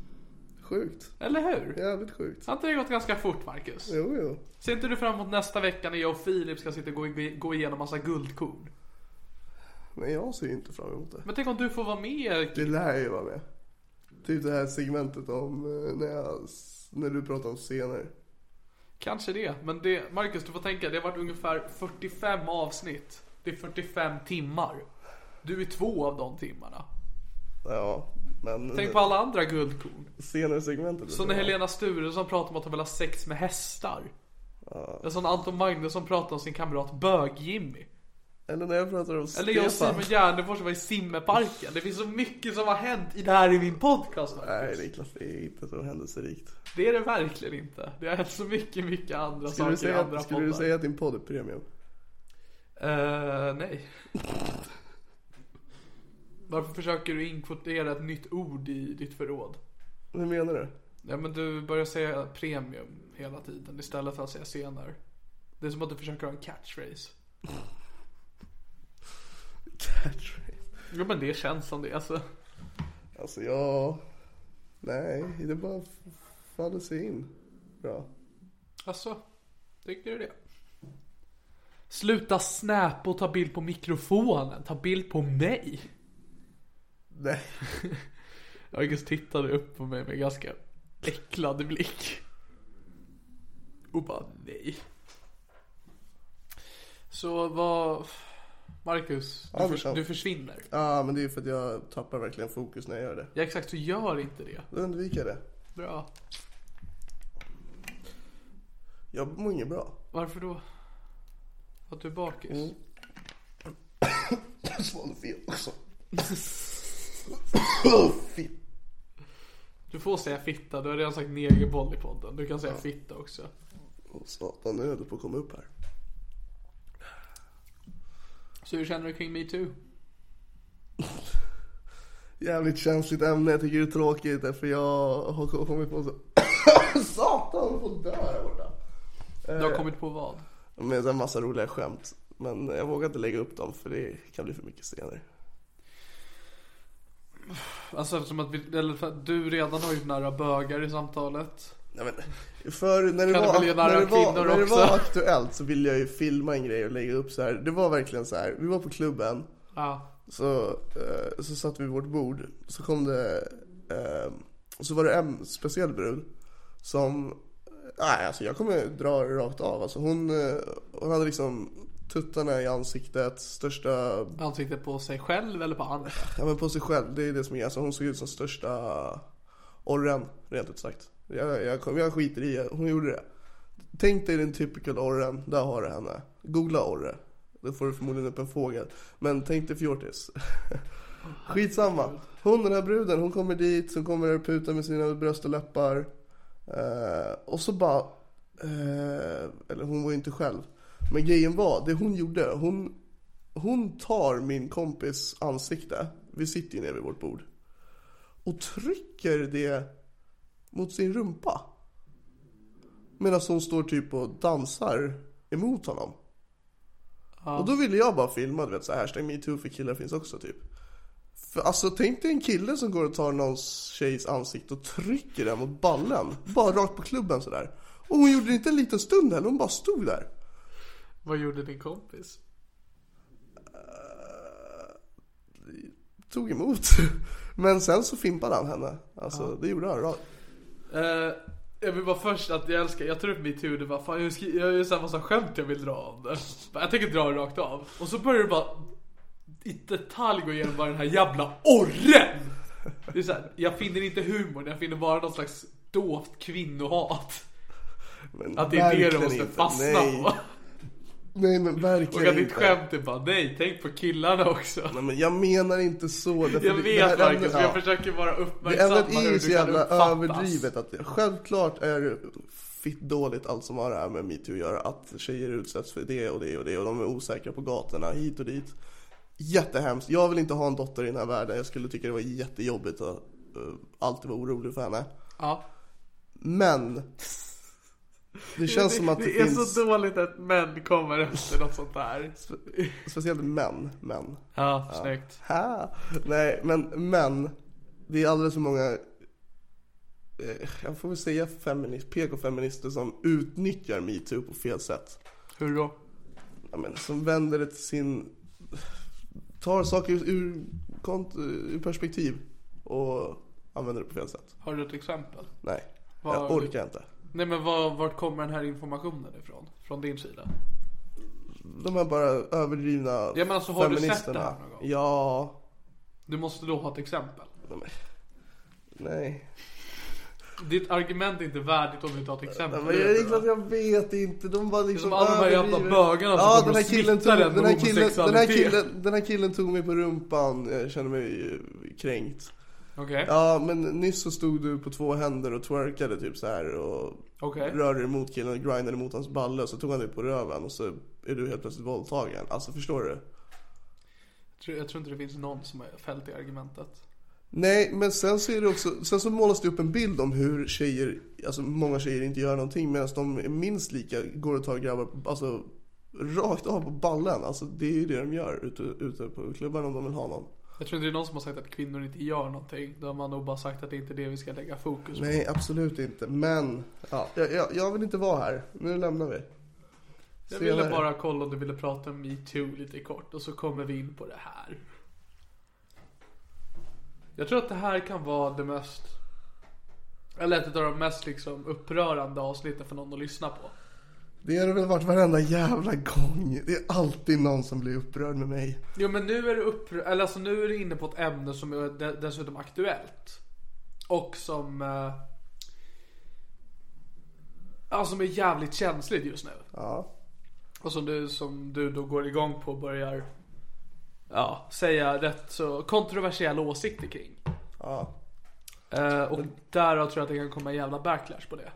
Sjukt. Eller hur? Jävligt sjukt. Har inte det gått ganska fort Marcus? Jo, jo. Ser inte du fram emot nästa vecka när jag och Filip ska sitta och gå, gå igenom massa guldkorn? Men jag ser ju inte fram emot det. Men tänk om du får vara med? Det lär ju vara med. Typ det här segmentet om eh, när, jag, när du pratar om scener. Kanske det. Men det, Marcus du får tänka, det har varit ungefär 45 avsnitt. Det är 45 timmar. Du är två av de timmarna. Ja, men Tänk på alla andra guldkorn. scener-segmentet. Så när Helena Sturesson pratar om att hon vill ha sex med hästar. Eller som Anton Magnusson pratar om sin kamrat Bög-Jimmy. Eller när jag pratar om Eller jag och Stefan. Simon Gärdenfors som var i simmeparken. Det finns så mycket som har hänt i det här i min podcast. Marcus. Nej Niklas, det är inte så händelserikt. Det är det verkligen inte. Det har hänt så mycket, mycket andra Skulle, du saker i andra säga, skulle du poddar. säga att din podd är premium? Eh, nej. Varför försöker du inkvotera ett nytt ord i ditt förråd? Hur menar du? Ja men du börjar säga premium hela tiden istället för att säga senare. Det är som att du försöker ha en catchphrase. Catchphrase. Jo men det känns som det alltså. Alltså jag... Nej, det bara f- faller sig in. Bra. Alltså, tycker du det? Sluta snäpa och ta bild på mikrofonen, ta bild på mig. Nej. August tittade upp på mig med ganska äcklad blick. Och bara nej. Så vad... Marcus, Ja, du, men så. förs- du försvinner. Ja, ah, men det är för att jag tappar verkligen fokus när jag gör det. Ja exakt, så gör inte det. Då undviker jag det. Bra. Jag mår inget bra. Varför då? Att du är bakis? Jag svalde fel också. Oh, fit. Du får säga fitta, du har redan sagt negerboll i podden. Du kan säga fitta också. Åh, Satan, nu är du på att komma upp här. Så hur känner du kring metoo? Jävligt känsligt ämne, jag tycker det är tråkigt därför jag har kommit på så... Satan, jag får dö här borta. Du har kommit på vad? Med så här massa roliga skämt. Men jag vågar inte lägga upp dem för det kan bli för mycket scener. Alltså eftersom att, vi, eller för att du redan har gjort nära bögar i samtalet. Nej, men, för när det, Kan var, väl göra när, det var, kvinnor när det också. var aktuellt så ville jag ju filma en grej och lägga upp så här. Det var verkligen så här. vi var på klubben Ja. Så, eh, ehm, så satt vi vid vårt bord, så kom det, eh, och så var det en speciell brud Som, nej alltså jag kommer dra det rakt av. Alltså hon, eh, hon hade liksom tuttarna i ansiktet, största Ansiktet på sig själv eller på andra? Ja men på sig själv, det är det som är. Alltså, hon såg ut som största orren, rent ut sagt. Jag, jag, kom- jag skiter i det, hon gjorde det. Tänk dig den typical orren, där har du henne. Googla orre. Då får du förmodligen upp en fågel. Men tänk dig fjortis. Skitsamma. Hon den här bruden, hon kommer dit, hon kommer där och putar med sina bröst och läppar. Eh, och så bara... eh, eller hon var ju inte själv. Men grejen var, det hon gjorde, hon hon tar min kompis ansikte, vi sitter ju nere vid vårt bord, och trycker det mot sin rumpa. Medan hon står typ och dansar emot honom. Och då ville jag bara filma, du vet så här, hashtag metoo för killar finns också typ. För alltså tänk dig en kille som går och tar någons tjejs ansikte och trycker den mot ballen. Bara rakt på klubben sådär. Och hon gjorde det inte en liten stund heller, hon bara stod där. Vad gjorde din kompis? tog emot. Men sen så fimpade han henne. Alltså det gjorde han. rakt. Eh, jag vill bara först att jag älskar, jag tar upp mitt huvud och bara fan jag skri- jag är såhär massa skämt jag vill dra om det. Bara, Jag tänker dra det rakt av. Och så börjar du bara i detalj gå igenom bara den här jävla orren! Det är såhär, jag finner inte humorn, jag finner bara något slags dovt kvinnohat. Men Att det är det du verkligen måste inte. fastna nej. på. Nej men verkligen Och att ditt inte. skämt är bara nej, tänk på killarna också. Nej, men jag menar inte så. därför Jag det- det vet här Marcus, ämnet- men jag ja. försöker vara Det uppmärksam ämnet på är hur ju du så kan jävla uppfattas. överdrivet. Att, självklart är det fitt dåligt allt som har det här med metoo att göra. Att tjejer utsätts för det och det och det och de är osäkra på gatorna hit och dit. Jättehemskt. Jag vill inte ha en dotter i den här världen. Jag skulle tycka det var jättejobbigt att eh, alltid vara orolig för henne. Ja. Men det känns som att det, det är finns, så dåligt att män kommer efter något sånt där. speciellt män, män. Ja, snyggt. Ha. Nej, men, men det är alldeles för många, eh, jag får väl säga feminist, PK-feminister som utnyttjar metoo på fel sätt. Hur då? Ja, men, som vänder det till sin, tar saker ur, kont, ur perspektiv och använder det på fel sätt. Har du ett exempel? Nej, Vad- jag orkar inte. Nej men var, vart kommer den här informationen ifrån? Från din sida? De här bara överdrivna Ja, men alltså, har du sett det här någon gång? Ja. Du måste då ha ett exempel. Nej. Ditt argument är inte värdigt om du inte har ett Nej, exempel. men jag, det är klart jag vet inte. De bara liksom Det är som alla de här jävla överdriver. bögarna som ja, kommer den här och killen smittar tog, en med den, här killen, den, här homosexualitet. killen, den här killen tog mig på rumpan. Jag känner mig eh, kränkt. Okej. Ja, men nyss så stod du på två händer och twerkade typ så här och Okej. rörde dig mot killen och grindade mot hans balle och så tog han dig på röven och så är du helt plötsligt våldtagen. Alltså förstår du? Jag tror- Jag tror inte det finns någon som har fällt det argumentet. Nej, men sen så, är det också, sen så målas det upp en bild om hur tjejer, alltså många tjejer inte gör någonting medan de är minst lika går och tar grabbar alltså, rakt av på ballen. Alltså, det är ju det de gör ute, ute på klubbarna om de vill ha någon. Jag tror inte det är någon som har sagt att kvinnor inte gör någonting. Då har man nog bara sagt att det är inte är det vi ska lägga fokus på. Nej, absolut inte. Men ja, jag, jag, jag vill inte vara här. Nu lämnar vi. Jag ville Senare. bara kolla om du ville prata om metoo lite kort och så kommer vi in på det här. Jag tror att det här kan vara det mest, eller ett av de mest liksom upprörande avsnitten för någon att lyssna på. Det har det väl varit varenda jävla gång. Det är alltid någon som blir upprörd med mig. Jo men nu är det upprö- eller alltså nu är det inne på ett ämne som är de- dessutom aktuellt. Och som, eh, ja som är jävligt känsligt just nu. Ja. Och som du, som du då går igång på och börjar ja, säga rätt så kontroversiella åsikter kring. ja. Eh, och därav tror jag att det kan komma en jävla backlash på det.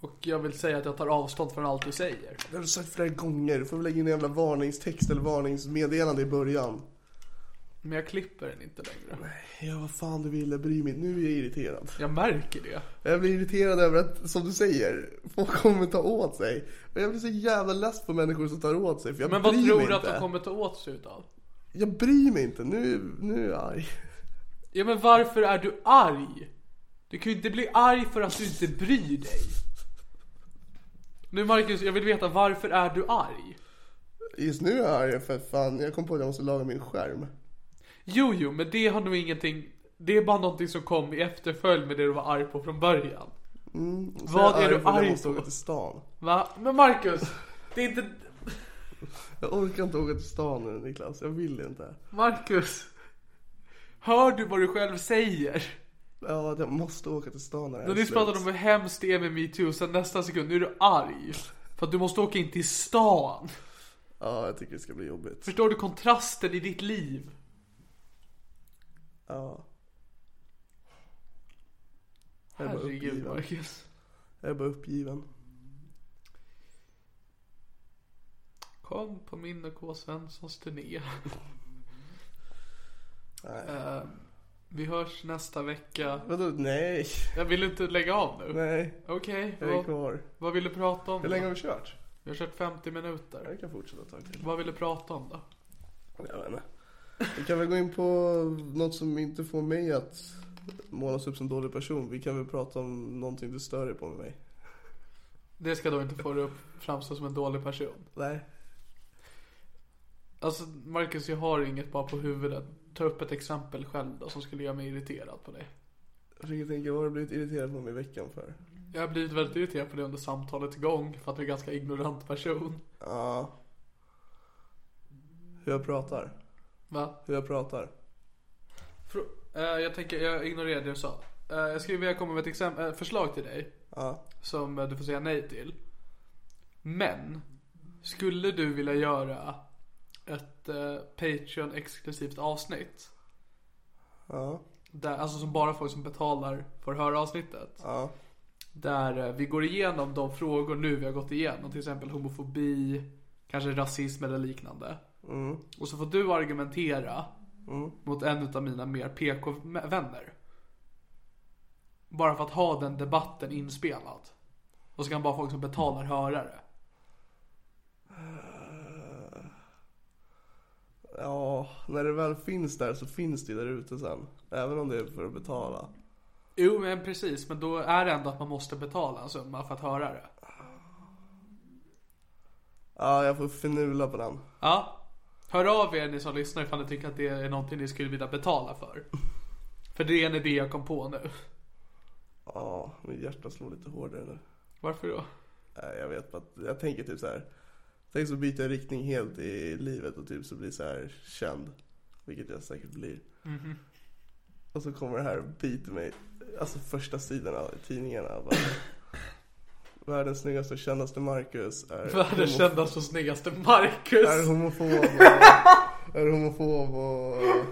Och jag vill säga att jag tar avstånd från allt du säger. Det har du sagt flera gånger. Du får väl lägga in en jävla varningstext eller varningsmeddelande i början. Men jag klipper den inte längre. Ja, vad fan du ville bry mig. Nu är jag irriterad. Jag märker det. Jag blir irriterad över att, som du säger, folk kommer ta åt sig. Och jag blir så jävla less på människor som tar åt sig. För jag Men bryr vad tror mig du att inte. de kommer ta åt sig utav? Jag bryr mig inte. Nu, nu är jag arg. Ja men varför är du arg? Du kan ju inte bli arg för att du inte bryr dig. Nu Marcus, jag vill veta varför är du arg? Just nu är jag arg för att fan, jag kom på att jag måste laga min skärm. Jo, jo, men det har nog ingenting... Det är bara någonting som kom i efterföljd med det du var arg på från början. Mm, så Vad jag är du för att arg Jag måste på? åka till stan. Va? Men Marcus, det är inte... Jag orkar inte åka till stan nu Niklas, jag vill inte. Marcus. Hör du vad du själv säger? Ja, jag måste åka till stan när det Du här har är nyss slut. pratat om hur hemskt det är med metoo, sen nästa sekund, nu är du arg. För att du måste åka in till stan. Ja, jag tycker det ska bli jobbigt. Förstår du kontrasten i ditt liv? Ja. Jag är bara Herregud uppgiven. Marcus. Jag är bara uppgiven. Kom på min och K. Svenssons turné. Nej. Eh, vi hörs nästa vecka. Vadå, nej. Jag vill inte lägga av nu. Nej, Okej, jag är vad, kvar. vad vill du prata om Hur länge har då? vi kört? Vi har kört 50 minuter. Jag kan fortsätta ett tag till. Vad vill du prata om då? Jag vet inte. Vi kan väl gå in på något som inte får mig att målas upp som dålig person. Vi kan väl prata om någonting du stör dig på med mig. Det ska då inte få dig att framstå som en dålig person. Nej. Alltså Marcus, jag har inget bara på huvudet. Ta upp ett exempel själv då som skulle göra mig irriterad på dig. Jag försöker tänka, vad har du blivit irriterad på mig i veckan för? Jag har blivit väldigt irriterad på dig under samtalets gång för att du är en ganska ignorant person. Ja. Hur jag pratar. Va? Hur jag pratar. Fr- eh, jag tänker, jag ignorerar det du sa. Eh, jag skulle vilja komma med ett exempel, eh, förslag till dig. Ja. Som eh, du får säga nej till. Men, skulle du vilja göra ett eh, Patreon exklusivt avsnitt? Ja. Där, alltså som bara folk som betalar får höra avsnittet. Ja. Där eh, vi går igenom de frågor nu vi har gått igenom. Till exempel homofobi, kanske rasism eller liknande. Mm. Och så får du argumentera Mm. mot en av mina mer PK-vänner. Bara för att ha den debatten inspelad. Och så kan bara folk som betalar höra det. Ja, när det väl finns där så finns det där ute sen. Även om det är för att betala. Jo men precis, men då är det ändå att man måste betala en summa för att höra det. Ja, jag får finula på den. Ja. Hör av er ni som lyssnar ifall ni tycker att det är någonting ni skulle vilja betala för. För det är en idé jag kom på nu. Ja, mitt hjärta slår lite hårdare nu. Varför då? Nej, jag vet bara att jag tänker typ så här. Tänk så byter jag riktning helt i livet och typ så blir så här känd. Vilket jag säkert blir. Mhm. Och så kommer det här och biter mig. Alltså första sidorna i tidningarna. Bara, Världens snyggaste och kändaste Marcus är, Världens homo- kändaste och snyggaste Marcus. är homofob. Och, är homofob och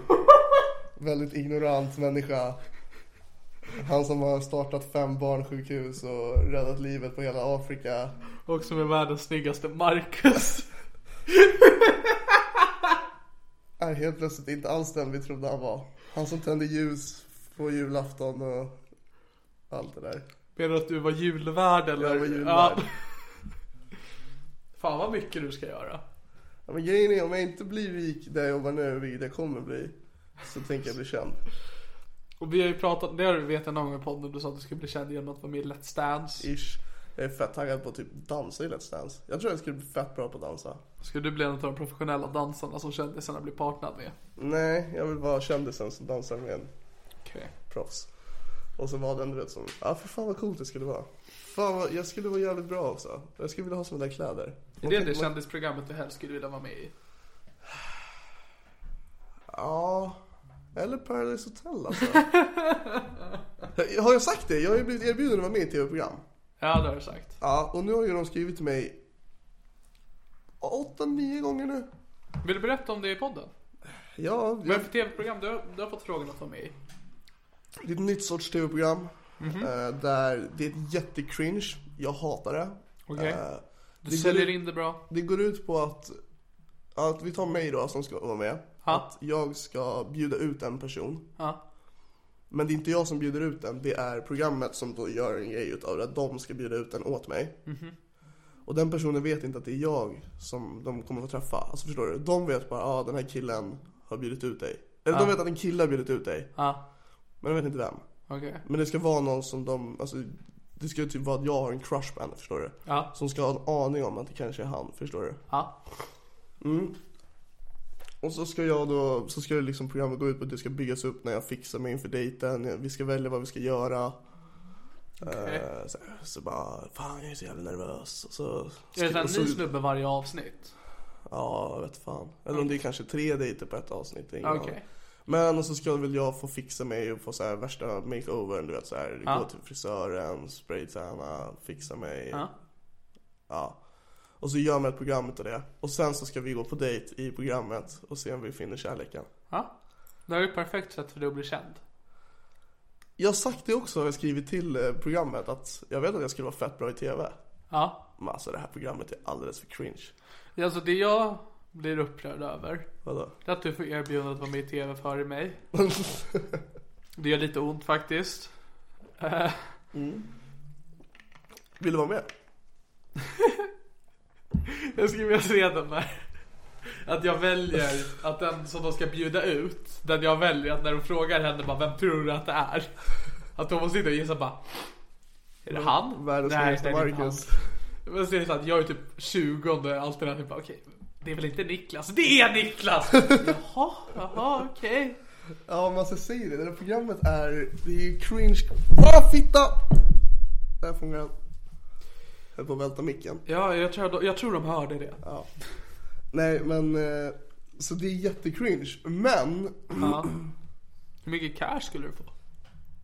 väldigt ignorant människa. Han som har startat fem barnsjukhus och räddat livet på hela Afrika. Och som är världens snyggaste Marcus. är helt plötsligt inte alls den vi trodde han var. Han som tände ljus på julafton och allt det där. Menar du att du var julvärd eller? Jag var julvärd. Fan vad mycket du ska göra. Ja, men grejen är om jag inte blir rik där jag jobbar nu, vilket jag kommer bli, så tänker jag bli känd. Och vi har ju pratat, det har du vetat någon gång i podden, du sa att du skulle bli känd genom att vara med i Let's Dance. Ish. Jag är fett taggad på att typ dansa i Let's Dance. Jag tror jag skulle bli fett bra på att dansa. Skulle du bli en av de professionella dansarna som kändisarna blir partnad med? Nej, jag vill vara kändisen som dansar med en Okej. proffs. Och så var den du vet som, ja ah, för fan vad coolt det skulle vara. Fan vad, jag skulle vara jävligt bra också. Jag skulle vilja ha såna där kläder. Är det det kändisprogrammet du helst skulle vilja vara med i? Ja, eller Paradise Hotel alltså. har jag sagt det? Jag har ju blivit erbjuden att vara med i ett tv-program. Ja, det har du sagt. Ja, och nu har ju de skrivit till mig åtta, nio gånger nu. Vill du berätta om det i podden? Ja, Vad är jag, det för tv-program du har, du har fått frågan att vara med i? det är ett nytt sorts tv-program. Mhm. eh, Där det är ett jättecringe. Jag hatar det. Okej. Eh, Du det går säljer ut- in det bra. Det går ut på att, att vi tar mig då som ska vara med. Ja. Att jag ska bjuda ut en person. Ja. Men det är inte jag som bjuder ut den, det är programmet som då gör en grej utav det. De ska bjuda ut den åt mig. Och den personen vet inte att det är jag som de kommer få träffa. Alltså förstår du? De vet bara, ah, den här killen har bjudit ut dig. Eller de vet att en kille har bjudit ut dig. Ja. Men de vet inte vem. Okej. Men det ska vara någon som de, alltså det ska typ vara att jag har en crush på henne, förstår du? Ja. Som ska ha en aning om att det kanske är han, förstår du? Ja. Och så ska jag då, så ska liksom programmet gå ut på att det ska byggas upp när jag fixar mig inför dejten. Vi ska välja vad vi ska göra. Eh, Så, så bara, fan jag är så jävla nervös. Och så, Är det och så så, en ny snubbe varje avsnitt? Ja, jag vet fan. Eller om det är kanske tre dejter på ett avsnitt. ingen Okej. aning. Men så ska väl jag få fixa mig och få så här värsta makeovern, du vet så här, Ja. gå till frisören, spraytanna, fixa mig. Ja. Ja. Och så gör man ett program utav det. Och sen så ska vi gå på dejt i programmet och se om vi finner kärleken. Ja. Det här är ju ett perfekt sätt för dig att bli känd. Jag har sagt det också, jag har skrivit till eh, programmet att jag vet att jag skulle vara fett bra i TV. Ja. Men alltså det här programmet är alldeles för cringe. Ja, Alltså det jag blir upprörd över, Vadå? det är att du får erbjudandet att vara med i TV före mig. Det gör lite ont faktiskt. Eh, Vill du vara med? Jag ska vilja se dem här. Att jag väljer att den som de ska bjuda ut, den jag väljer, att när de frågar henne bara vem tror du att det är? Att hon måste sitta och gissa bara Är det han? Världens det snyggaste är inte Marcus. han. Men så är det så att jag är typ 20 alternativ bara okej, det är väl inte Niklas? Det är Niklas! jaha, jaha okej. Ja, men alltså säg det. Det här programmet är... Det är ju cringe... Ah, fitta! Där fångade jag... Höll på att välta micken. Ja, jag tror, jag tror de hörde det. Ja. Nej, men... eh, Så det är jättecringe. Men, Ja. Hur mycket cash skulle du få?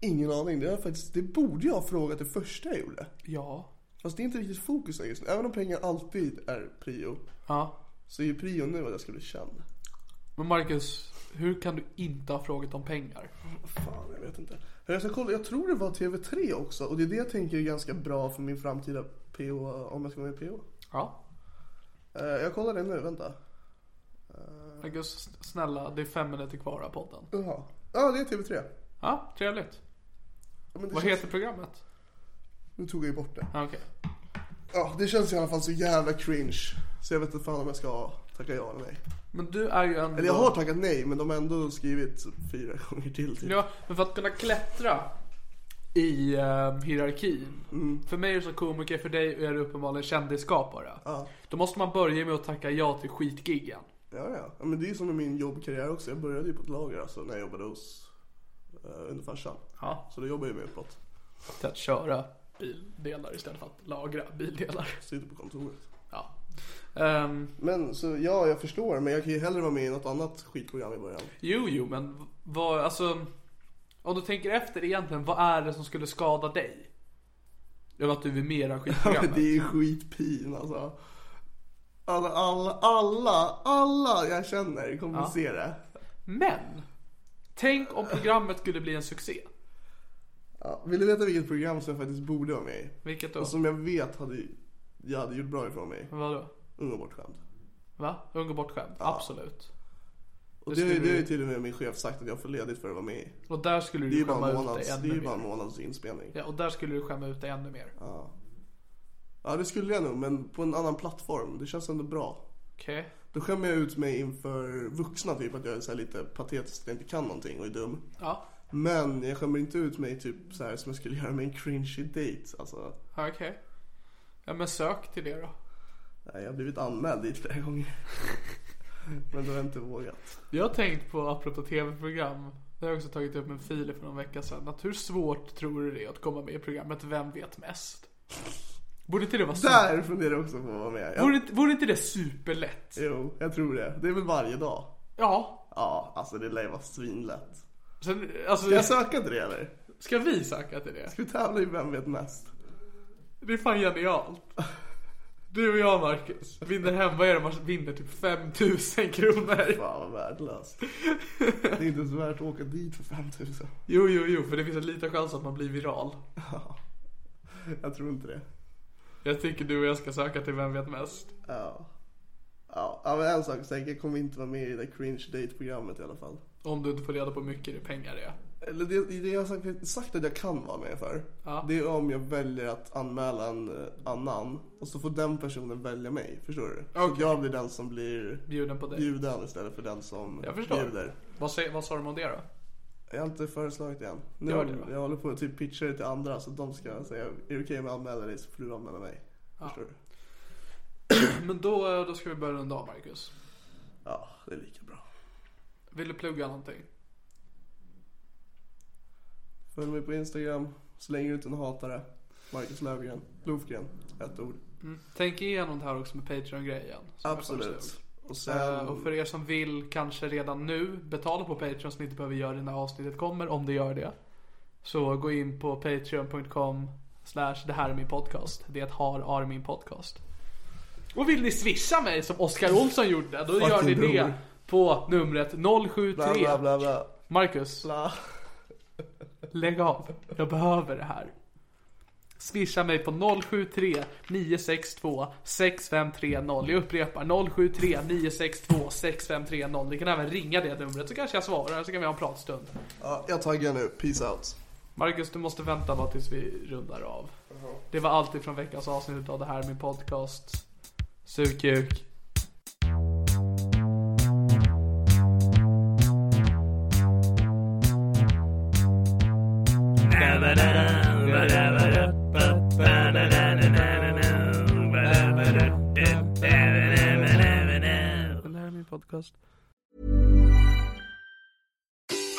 ingen aning. Det, är faktiskt, det borde jag ha frågat det första jag gjorde. Ja. Fast det är inte riktigt fokus just nu. Även om pengar alltid är prio. Ja. Så är ju prio nu att jag ska bli känd. Men Marcus, hur kan du inte ha frågat om pengar? Fan, jag vet inte. Jag ska kolla, jag tror det var TV3 också. Och det är det jag tänker är ganska bra för min framtida PO, om jag ska vara med i PO. Ja. Eh, Jag kollar det nu, vänta. Marcus, snälla, det är fem minuter kvar av podden. Jaha. Ja, det är TV3. Ja, Ja, trevligt. men det Vad känns... heter programmet? Nu tog jag ju bort det. Ja, okej. Ja, det känns i alla fall så jävla cringe. Så jag vet inte fan om jag ska tacka ja eller nej. Men du är ju ändå... Eller jag har tackat nej, men de har ändå skrivit fyra gånger till. Typ. Ja, men för att kunna klättra i eh, hierarkin. Mm. För mig är det så komiker, för dig är det uppenbarligen kändisskapare. Ja. Då måste man börja med att tacka ja till skitgiggen. Ja, ja. ja. Men det är ju som med min jobbkarriär också. Jag började ju på ett lager alltså, när jag jobbade hos uh, underfarsan. Ja. Så då jobbar jag ju med uppåt. Till att köra bildelar istället för att lagra bildelar. Sitter på kontoret. Ja. Ehm, Men så ja, jag förstår. Men jag kan ju hellre vara med i något annat skitprogram i början. Jo, jo, men vad, alltså. Om du tänker efter egentligen, vad är det som skulle skada dig? Över att du är med i det här Ja, men skitprogrammet? det är ju skitpin alltså. Alla, alla, alla, alla jag känner kommer att se det. Men! Tänk om programmet skulle bli en succé. Ja, vill du veta vilket program som jag faktiskt borde vara med i? Vilket då? Och som jag vet hade jag hade gjort bra ifrån mig. Vadå? Ung och bortskämd. Va? Ung och bortskämd? Absolut. Och Det det, har ju- skulle det har ju du- till och med min chef sagt att jag får ledigt för att vara med i. Och där skulle Det är du ju bara skämma en ut dig månads, det är ännu ju bara en mer. månads inspelning. Ja, och där skulle du skämma ut dig ännu mer. Ja. ja, det skulle jag nog, men på en annan plattform. Det känns ändå bra. Okej. Då skämmer jag ut mig inför vuxna typ, att jag är så här lite patetisk, att jag inte kan någonting och är dum. Ja. Men jag skämmer inte ut mig typ så här som jag skulle göra med en cringy date. Alltså, Ja, Okej. Ja, men sök till det då. nej, jag har blivit anmäld dit flera gånger. Men då har jag inte vågat. Jag har tänkt på, apropå tv-program, det har jag också tagit upp med Filip för någon vecka sedan, att hur svårt tror du det är att komma med i programmet Vem vet mest? Borde inte det vara super... Där funderar jag också på att vara med. Vore Jag, inte, vore inte det superlätt? jo, jag tror det. Det är väl varje dag. Ja. Ja, alltså det lär ju vara svinlätt. Sen, alltså, Ska jag söka till det eller? ska vi söka till det? Ska vi tävla i Vem vet mest? Det är fan genialt. Du och jag Marcus vinner hem, vad är det man vinner? Typ 5000 kronor. Fan vad värdelöst. Det är inte ens värt att åka dit för 5000. Jo, jo, jo, för det finns en liten chans att man blir viral. Jag tror inte det. Jag tycker du och jag ska söka till Vem vet mest. Ja. Ja, ja, men en sak är säker. Jag kommer inte vara med i det där cringe date-programmet i alla fall. Om du inte får reda på hur mycket det pengar det är. Eller det, det jag har sagt, sagt att jag kan vara med för. Ja. Det är om jag väljer att anmäla en eh, annan. Och så får den personen välja mig. Förstår du? Så Okej. jag blir den som blir Bjuden på dig. bjuden istället för den som Jag förstår. bjuder. Vad, säger, vad sa de om det då? Jag har inte föreslagit det än. Nu Gör det då. jag håller på att typ pitcha det till andra så de ska säga är det okej om jag anmäler dig så får du anmäla mig. Förstår du? Men då, eh, då ska vi börja runda av Marcus. Ja, det är lika bra. Vill du plugga någonting? Följ mig på Instagram, Så länge du inte är en hatare. Marcus Lövgren. Lofgren. Ett ord. Mm. Tänk igenom det här också med Patreon-grejen. som jag föreslog. Absolut. Och Eh, sen... och för er som vill kanske redan nu betala på Patreon så ni inte behöver göra det när avsnittet kommer, om det gör det. Så gå in på patreon.com slash det här är min podcast. Det har är min podcast. Och vill ni swisha mig som Oskar Olsson gjorde, då gör ni Fucking det bror. på numret 073. Bla bla bla bla. Marcus, bla. lägg av. Jag behöver det här. Swisha mig på 073 962 6530. Jag upprepar 073 962 6530. Ni kan även ringa det numret så kanske jag svarar så kan vi ha en pratstund. Ja, jag taggar nu. Peace out. Marcus, du måste vänta bara tills vi rundar av. Det var allt ifrån veckans avsnitt av det här min podcast. Sug kuk. Det här är min podcast.